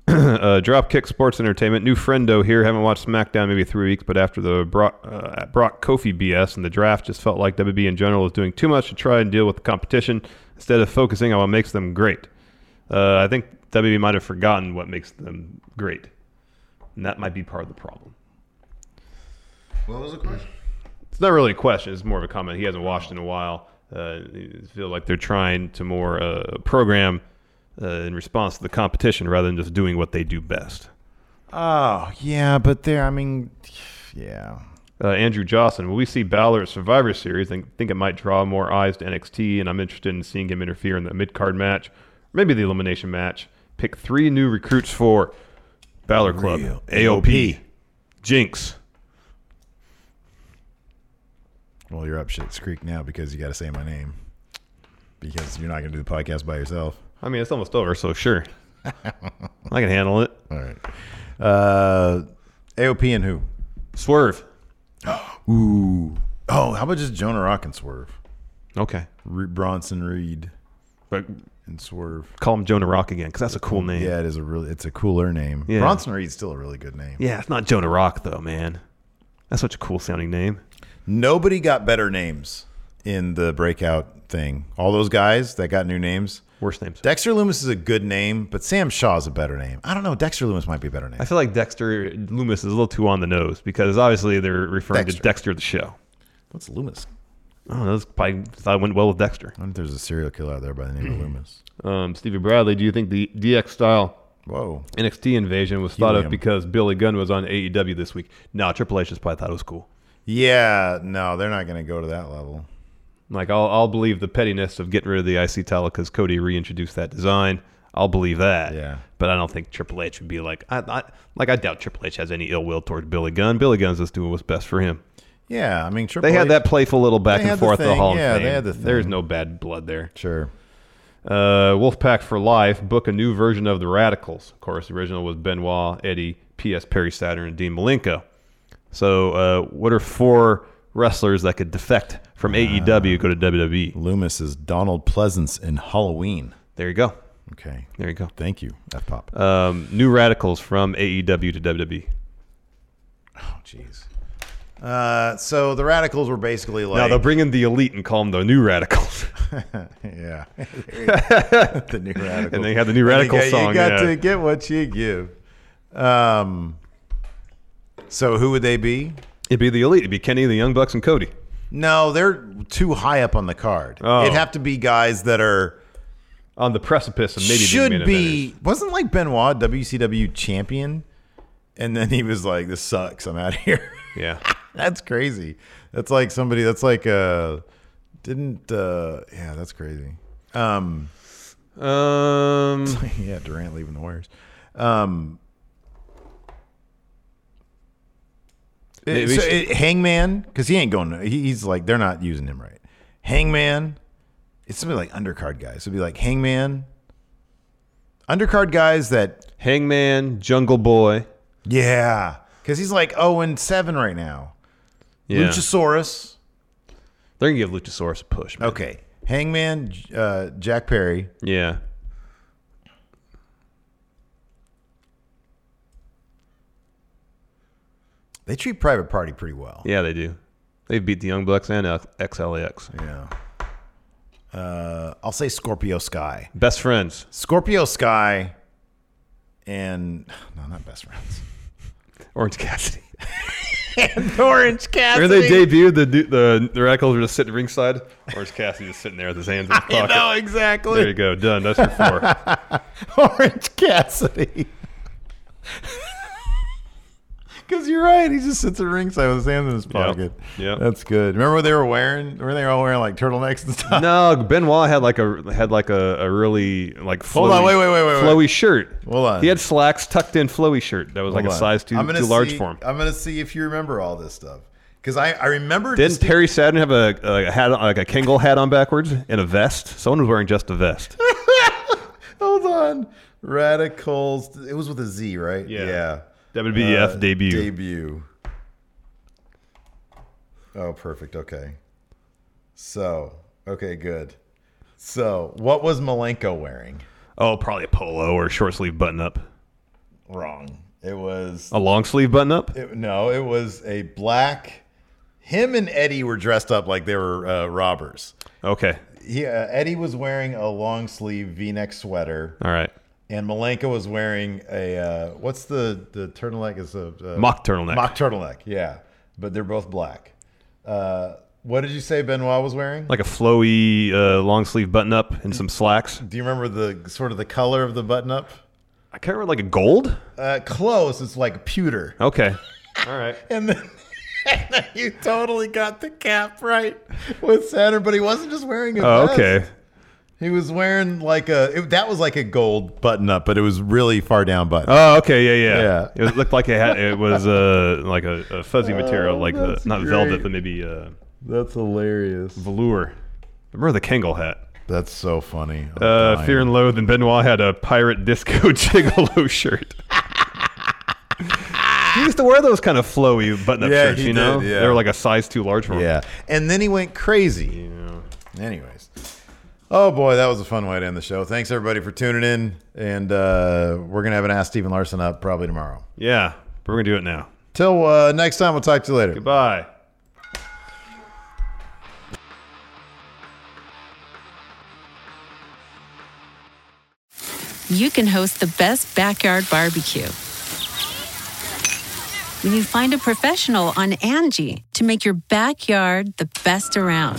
S2: uh, Dropkick Sports Entertainment, new friendo here. Haven't watched SmackDown maybe three weeks, but after the Brock, uh, Brock Kofi BS and the draft, just felt like WB in general is doing too much to try and deal with the competition instead of focusing on what makes them great. Uh, I think WB might have forgotten what makes them great, and that might be part of the problem.
S5: What was the question?
S2: It's not really a question; it's more of a comment. He hasn't watched in a while. Uh, I feel like they're trying to more uh, program uh, in response to the competition rather than just doing what they do best.
S1: Oh yeah, but there. I mean, yeah.
S2: uh, Andrew Johnson. Will we see Balor at Survivor Series? I think it might draw more eyes to NXT, and I'm interested in seeing him interfere in the mid card match, maybe the elimination match. Pick three new recruits for Balor Club AOP, Jinx.
S1: Well, you're up shit's creek now because you got to say my name because you're not gonna do the podcast by yourself.
S2: I mean, it's almost over, so sure. I can handle it.
S1: All right. Uh, AOP and who?
S2: Swerve.
S1: Ooh. Oh, how about just Jonah Rock and Swerve?
S2: Okay.
S1: Re- Bronson Reed.
S2: But
S1: and Swerve.
S2: Call him Jonah Rock again because that's a cool name.
S1: Yeah, it is a really. It's a cooler name.
S2: Yeah.
S1: Bronson Reed's still a really good name.
S2: Yeah, it's not Jonah Rock though, man. That's such a cool sounding name.
S1: Nobody got better names in the breakout thing. All those guys that got new names.
S2: Worst names.
S1: Dexter Loomis is a good name, but Sam Shaw's a better name. I don't know. Dexter Loomis might be a better name.
S2: I feel like Dexter Loomis is a little too on the nose because obviously they're referring to Dexter the show.
S1: What's Loomis?
S2: I don't know. That's probably thought it went well with Dexter.
S1: I think there's a serial killer out there by the name of Loomis.
S2: Um, Stevie Bradley, do you think the DX style
S1: Whoa.
S2: NXT invasion was thought
S1: Helium.
S2: of because Billy Gunn was on AEW this week? No, Triple H just probably thought it was cool.
S1: Yeah, no, they're not going to go to that level.
S2: Like I'll, I'll believe the pettiness of getting rid of the IC title because Cody reintroduced that design. I'll believe that.
S1: Yeah.
S2: But I don't think Triple H would be like I, I like I doubt Triple H has any ill will towards Billy Gunn. Billy Gunn's just doing what's best for him.
S1: Yeah, I mean, Triple
S2: they
S1: H-
S2: had that playful little back
S1: They
S2: and
S1: had the
S2: forth at the
S1: thing,
S2: Hall of
S1: yeah,
S2: Fame.
S1: they had the
S2: There's
S1: thing.
S2: no bad blood there.
S1: Sure.
S2: Uh, Wolfpack for life. Book a new version of the Radicals. Of course, the original was Benoit, Eddie, P.S. Perry Saturn, and Dean Malenko. So, uh, what are four wrestlers that could defect from AEW go to WWE?
S1: Loomis is Donald Pleasance in Halloween.
S2: There you go.
S1: Okay.
S2: There you go.
S1: Thank you, F Pop.
S2: Um, new Radicals from AEW to E. WWE.
S1: Oh, jeez. Uh, so the radicals were basically like.
S2: now they'll bring in the elite and call them the New Radicals.
S1: yeah. the new radical.
S2: And they had the
S1: And
S2: new
S1: you
S2: radical
S1: got-
S2: song,
S1: You got
S2: yeah.
S1: to get what you give. Um. So who would they be?
S2: It'd be the elite. It'd be Kenny, the Young Bucks, and Cody.
S1: No, they're too high up on the card.
S2: Oh.
S1: It'd have to be guys that are
S2: On the precipice of maybe being main
S1: should
S2: eventers.
S1: be. Wasn't like Benoit WCW champion, and then he was like, "This sucks. I'm out of here."
S2: Yeah.
S1: that's crazy. That's like somebody. That's like uh, didn't uh, yeah, that's crazy. Um,
S2: um,
S1: yeah, Durant leaving the Warriors. Um,
S2: Maybe
S1: so
S2: she-
S1: it- Hangman, because he ain't going. He, he's like they're not using him right. Hangman, it's somebody like undercard guys. It'd be like Hangman, undercard guys that
S2: Hangman, Jungle Boy.
S1: yeah, because he's like oh and seven right now.
S2: Yeah.
S1: Luchasaurus.
S2: They're gonna give Luchasaurus a push. Man.
S1: Okay. Hangman, J- uh, Jack Perry.
S2: Yeah.
S1: They treat Private Party pretty well.
S2: Yeah, they do. They beat the Young Bucks and X- XLAX.
S1: Yeah. Uh, I'll say Scorpio Sky.
S2: Best friends.
S1: Scorpio Sky and no, not best friends.
S2: Orange Cassidy.
S1: and Orange
S2: Remember they debuted the du- the the Radicals were just sitting ringside. Orange Cassidy just sitting there with his hands in his
S1: I
S2: pocket.
S1: know exactly.
S2: There you go. Done. That's your four.
S1: Orange Cassidy. Because you're right. He just sits at ringside with his hands in his pocket. Yeah, that's good. Remember what they were wearing? Were they all wearing like turtlenecks and stuff?
S2: No, Benoit had like a had like a, a really like flowy,
S1: Hold on, wait, wait, wait, wait, wait.
S2: flowy shirt.
S1: Hold on.
S2: He had slacks tucked in flowy shirt that was like
S1: Hold
S2: a
S1: on.
S2: size too
S1: I'm gonna
S2: too large
S1: see-
S2: for him.
S1: I'm gonna see if you remember all this stuff because I I remember.
S2: Didn't Perry Saturn have a, a hat on- like a Kangol hat on backwards and a vest? Someone was wearing just a vest.
S1: Hold on. Radicals. It was with a Z, right? Yeah. Uh,
S2: WWF debut.
S1: Debut. Oh, perfect. Okay. So, okay, good. So, what was Malenko wearing?
S2: Oh, probably a polo or a short sleeve button up.
S1: Wrong. It was
S2: A long sleeve button up?
S1: It, no, it was a black. Him and Eddie were dressed up like they were uh, robbers.
S2: Okay.
S1: Yeah, uh, Eddie was wearing a long sleeve V-neck sweater,
S2: All right.
S1: and Malenko was wearing a uh, what's the the turtleneck is a uh,
S2: Mock turtleneck.
S1: Mock turtleneck, yeah. But they're both black. Uh, what did you say Benoit was wearing?
S2: Like a flowy uh, long sleeve button up and some slacks.
S1: Do you remember the sort of the color of the button up?
S2: I can't remember, like a gold.
S1: Uh, close. It's like pewter.
S2: Okay. All right.
S1: And then, and then you totally got the cap right with Saturn, but he wasn't just wearing a
S2: Oh,
S1: vest.
S2: okay.
S1: He was wearing like a it, that was like a gold button up, but it was really far down button.
S2: Oh, okay, yeah, yeah.
S1: Yeah.
S2: It looked like it had it was uh like a, a fuzzy material,
S1: Oh,
S2: like the,
S1: that's
S2: not
S1: great.
S2: velvet, but maybe uh
S1: That's hilarious.
S2: velour. Remember the Kangol hat?
S1: That's so funny. I'm
S2: Uh,
S1: dying.
S2: Fear and Loath and Benoit had a pirate disco gigolo shirt. he used to wear those kind of flowy button-up
S1: Yeah,
S2: shirts,
S1: he
S2: you know.
S1: did, yeah.
S2: They were like a size too large for him.
S1: Yeah. And then he went crazy. Anyways. Oh boy, that was a fun way to end the show. Thanks everybody for tuning in. And uh, we're gonna have an Ask Stephen Larson up probably tomorrow.
S2: Yeah, but we're gonna do it now.
S1: Till uh, next time, we'll talk to you later.
S2: Goodbye.
S8: you can host the best backyard barbecue. When you find a professional on Angie to make your backyard the best around.